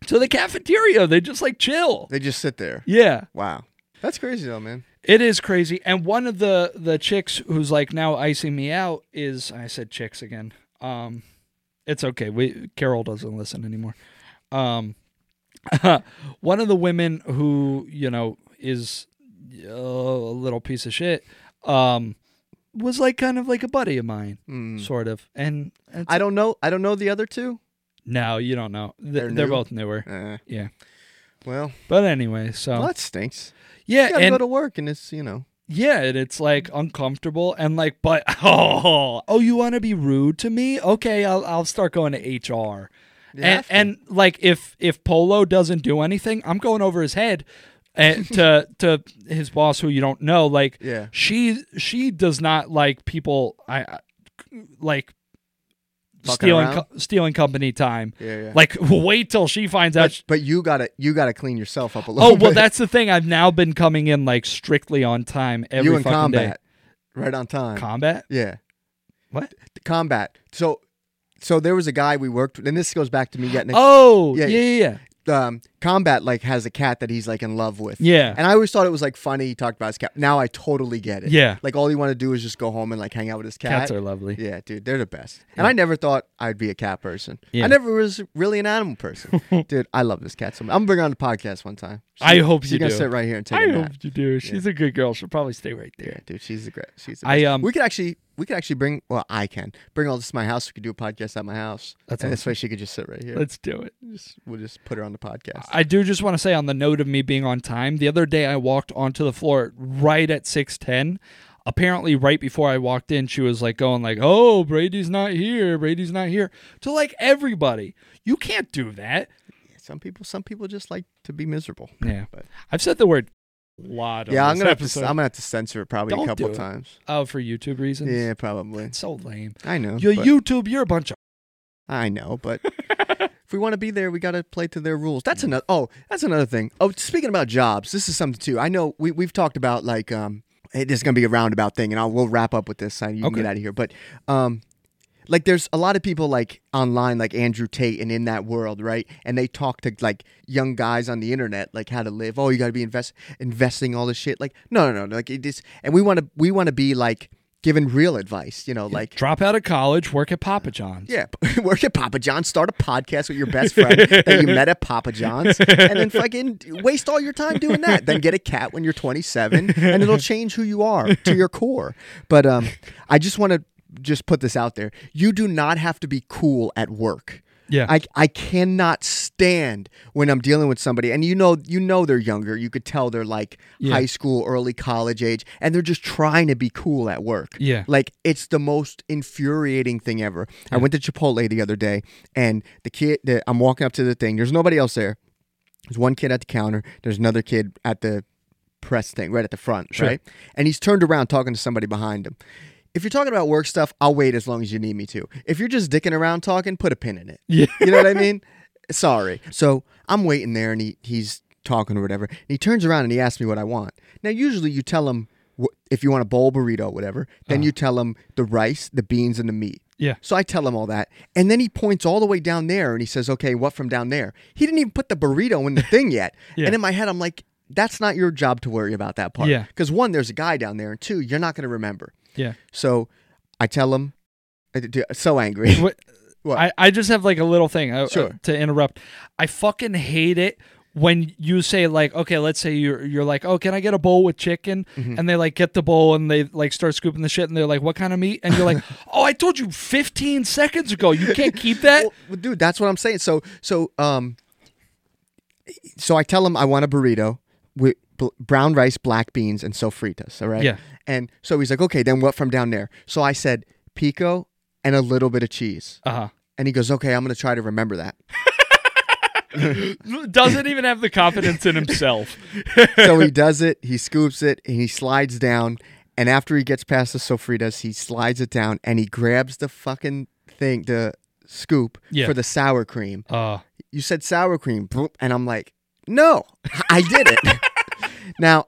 To the cafeteria, they just like chill.
They just sit there.
Yeah.
Wow, that's crazy though, man.
It is crazy. And one of the the chicks who's like now icing me out is I said chicks again. Um it's okay. We Carol doesn't listen anymore. Um one of the women who, you know, is uh, a little piece of shit um was like kind of like a buddy of mine,
Hmm.
sort of. And it's,
I don't know. I don't know the other two.
no, you don't know. Th- They're,
They're new?
both newer.
Uh,
Yeah.
well,
But anyway, so
well, that stinks.
yeah,
You gotta
Oh. and
go to work, and it's you know.
Yeah, and it's like uncomfortable and like, but oh, oh, you want to be rude to me? Okay, I'll I'll start going to HR. And,
have to.
and like if if Polo doesn't do anything, I'm going over his head and to to his boss who you don't know. Like
Yeah.
she she does not like people. I I- like
Fucking
stealing
around?
co- stealing company time.
Yeah, yeah.
Like wait till she finds out
But, but you gotta you gotta clean yourself up a little.
Oh well,
bit.
that's the thing. I've now been coming in like strictly on time every
you in
fucking
combat, right on time.
day. Combat?
yeah,
What?
The combat. So, so there was a guy we worked with, and this goes back to me getting.
Oh yeah,
Yeah,
yeah, yeah.
um, combat like has a cat that he's like in love with.
Yeah.
and I always thought it was like funny he talked about his cat. Now I totally get it.
Yeah.
like all he wanted to do is just go home and like hang out with his cat.
Cats are lovely.
Yeah, dude, they're the best. And I never thought I'd be a cat person.
Yeah.
I never was really an animal person. dude, I love this cat so much. I'm gonna bring her on the podcast one time. She-
I hope
she's
you
gonna
do.
sit right here and take
I
a
hope
nap.
you do. She's a good girl. She'll probably stay right
Yeah,
there.
dude, she's a great. She's. The
I,
best.
um,
We could actually, we could actually bring. Well, I can bring all this to my house. We could do a podcast at my house.
That's
and this way she could just sit right here.
Let's do it.
Just- we'll just put her on the podcast.
I do just want to say on the note of me being on time, the other day I walked onto the floor right at 6:10. Apparently right before I walked in, she was like going like, "Oh, Brady's not here. Brady's not here." To like everybody. You can't do that.
some people, some people just like to be miserable.
Yeah.
But-
I've said the word a lot on
yeah, I'm
this
gonna have to.
episode.
I'm gonna have to censor it probably
Don't
a couple
do it.
times.
Oh, for YouTube reasons.
Yeah, probably.
It's so lame.
I know.
Your
but-
YouTube, you're a bunch of
I know, but if we want to be there, we got to play to their rules. That's another. Oh, that's another thing. Oh, speaking about jobs, this is something too. I know we we've talked about like um, hey, this is gonna be a roundabout thing, and I'll we'll wrap up with this. So you can
Okay.
get out of here, but um. Like there's a lot of people like online like Andrew Tate and in that world, right? And they talk to like young guys on the internet like how to live. Oh, you got to be invest investing all this shit. Like no, no, no. Like it is and we want to we want to be like giving real advice, you know, like
drop out of college, work at Papa John's.
yeah, work at Papa John's, start a podcast with your best friend that you met at Papa John's, and then fucking waste all your time doing that. Then get a cat when you're 27, and it'll change who you are to your core. But um, I just want to just put this out there: you do not have to be cool at work.
Yeah.
I, I cannot stand when I'm dealing with somebody, and you know you know they're younger. You could tell they're like high school, early college age, and they're just trying to be cool at work.
Yeah.
Like it's the most infuriating thing ever. I went to Chipotle the other day, and the kid, the, I'm walking up to the thing. There's nobody else there. There's one kid at the counter. There's another kid at the press thing, right at the front, right? And he's turned around talking to somebody behind him. If you're talking about work stuff, I'll wait as long as you need me to. If you're just dicking around talking, put a pin in it.
Yeah.
You know what I mean? Sorry. So I'm waiting there, and he, he's talking or whatever. And he turns around and he asks me what I want. Now, usually you tell him wh- if you want a bowl burrito, whatever. Then you tell him the rice, the beans, and the meat.
Yeah.
So I tell him all that. And then he points all the way down there and he says, okay, what from down there? He didn't even put the burrito in the thing yet.
Yeah.
And in my head, I'm like, that's not your job to worry about that part.
Yeah.
Because one, there's a guy down there, and two, you're not going to remember.
Yeah.
So I tell him, I d- d- so angry.
What?
What?
I, I just have like a little thing uh, uh,
Sure.
to interrupt. I fucking hate it when you say like, okay, let's say you're you're like, oh, can I get a bowl with chicken? And they like get the bowl and they like start scooping the shit and they're like, what kind of meat? And you're like, oh, I told you 15 seconds ago, you can't keep that.
Well, well, dude, that's what I'm saying. So, so, um, so I tell him I want a burrito with bl- brown rice, black beans, and sofritas. All right.
Yeah.
And so he's like, okay, then what from down there? So I said pico and a little bit of cheese,
Uh
and he goes, okay, I'm gonna try to remember that.
huh. Doesn't even have the confidence in himself.
so he does it. He scoops it and he slides down. And after he gets past the sofritas, he slides it down and he grabs the fucking thing, the scoop
Yeah.
for the sour cream.
Uh,
you said sour cream Boop. and i'm like no i did it now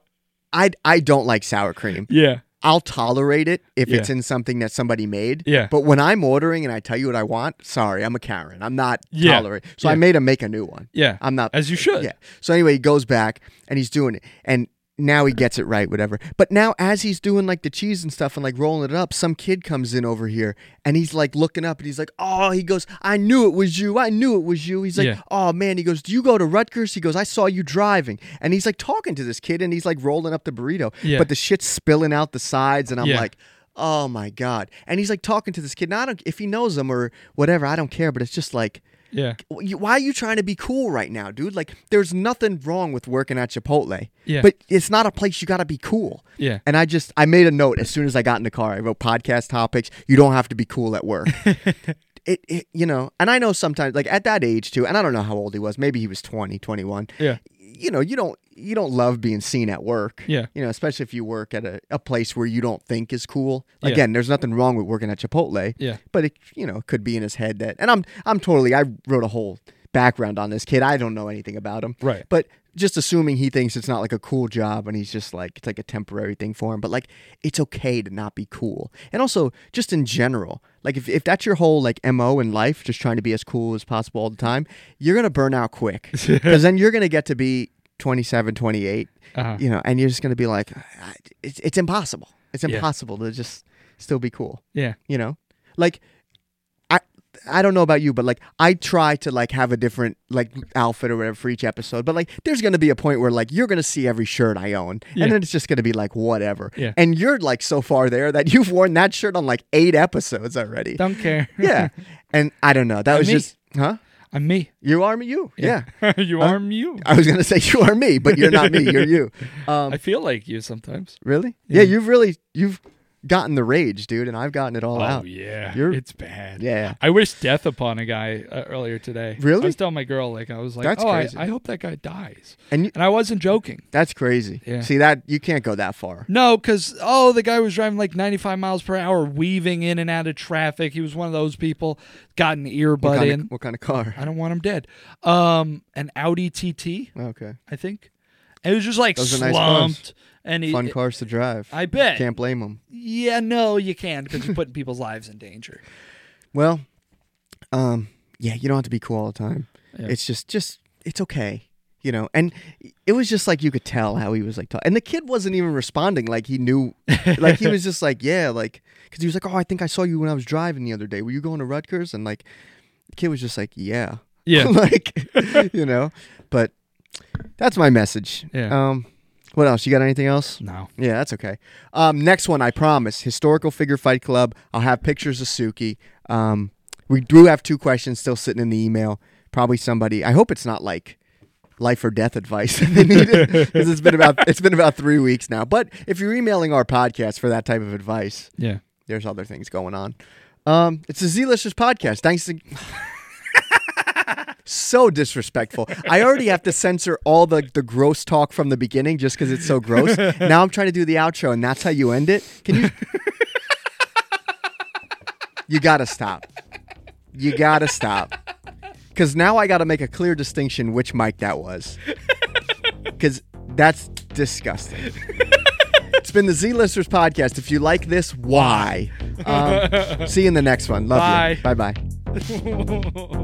I, I don't like sour cream
yeah.
i'll tolerate it if it's
Yeah.
in something that somebody made
Yeah.
but when i'm ordering and i tell you what i want sorry i'm a karen i'm not
Yeah.
tolerating so i
Yeah.
made him make a new one
Yeah.
i'm not
As you should.
yeah so anyway he goes back and he's doing it and now he gets it right whatever but now as he's doing like the cheese and stuff and like rolling it up some kid comes in over here and he's like looking up and he's like oh he goes i knew it was you i knew it was you he's like
Yeah.
oh man he goes do you go to rutgers he goes i saw you driving and he's like talking to this kid and he's like rolling up the burrito
Yeah.
but the shit's spilling out the sides and i'm
Yeah.
like oh my god and he's like talking to this kid now i don't if he knows him or whatever i don't care but it's just like
Yeah.
you- why are you trying to be cool right now, dude? Like, there's nothing wrong with working at Chipotle.
Yeah.
But it's not a place you got to be cool.
Yeah.
And I just, I made a note as soon as I got in the car. I wrote podcast topics. You don't have to be cool at work. it, it, you know, and I know sometimes, like at that age too, and I don't know how old he was. Maybe he was 20, 21.
Yeah.
You know, you don't, you don't love being seen at work.
Yeah.
You know, especially if you work at a, a place where you don't think is cool.
Yeah.
Again, there's nothing wrong with working at Chipotle
Yeah.
but it you know could be in his head that and i'm i'm totally i wrote a whole background on this kid i don't know anything about him
Right.
but just assuming he thinks it's not like a cool job and he's just like it's like a temporary thing for him but like it's okay to not be cool and also just in general like if, if that's your whole like mo in life just trying to be as cool as possible all the time you're gonna burn out quick because then you're gonna get to be 27 28
Uh-huh.
you know and you're just gonna be like "I- it's, it's impossible it's
Yeah.
impossible to just still be cool
Yeah.
you know like i i don't know about you but like i try to like have a different like outfit or whatever for each episode but like there's gonna be a point where like you're gonna see every shirt i own
Yeah.
and then it's just gonna be like whatever
Yeah.
and you're like so far there that you've worn that shirt on like eight episodes already
Don't care.
yeah and i don't know that was
me.
just huh
I'm me.
you are me you yeah, Uh,
you
Huh?
are you.
i was gonna say you are me but you're not me you're you um
I feel like you sometimes.
really yeah.
Yeah.
you've really you've gotten the rage dude and i've gotten it all
Oh
out
yeah,
You're-
it's bad.
yeah
I wished death upon a guy uh, earlier today.
Really?
I was telling my girl like I was like,
That's
oh, I,
crazy.
I hope that guy dies,
and you,
and I wasn't joking.
That's crazy.
Yeah.
See that you can't go that far.
No, because oh, the guy was driving like 95 miles per hour, weaving in and out of traffic. He was one of those people. Got an
What
earbud
kind,
in.
of, what kind of car?
I don't want him dead. Um, an Audi TT,
Okay.
I think. And he was just like
Those are nice cars.
slumped, and he.
Fun cars to drive.
I bet.
Can't blame them.
Yeah, no, you can because you're putting people's lives in danger.
Well, um, yeah, you don't have to be cool all the time.
Yeah.
It's just, just, it's okay, you know. And it was just like you could tell how he was like, talk- and the kid wasn't even responding. Like he knew, like he was just like, yeah, like, because he was like, oh, I think I saw you when I was driving the other day. Were you going to Rutgers? And like, the kid was just like, yeah,
Yeah.
like, you know. But that's my message.
Yeah.
Um, what else? You got anything else?
no.
Yeah, that's okay. Um, next one, I promise. Historical Figure Fight Club. I'll have pictures of Suki. Um, we do have two questions still sitting in the email. Probably somebody. I hope it's not like life or death advice that they needed because it's been about it's been about three weeks now. But if you're emailing our podcast for that type of advice,
Yeah.
there's other things going on. Um, it's a Z-listers podcast. Thanks to so disrespectful. I already have to censor all the the gross talk from the beginning just because it's so gross. Now I'm trying to do the outro, and that's how you end it. Can you? you gotta stop. You gotta stop. Because now I gotta make a clear distinction which mic that was. Because that's disgusting. It's been the Z Listers podcast. If you like this, why? Um, see you in the next one. Love you. Bye bye.
Bye.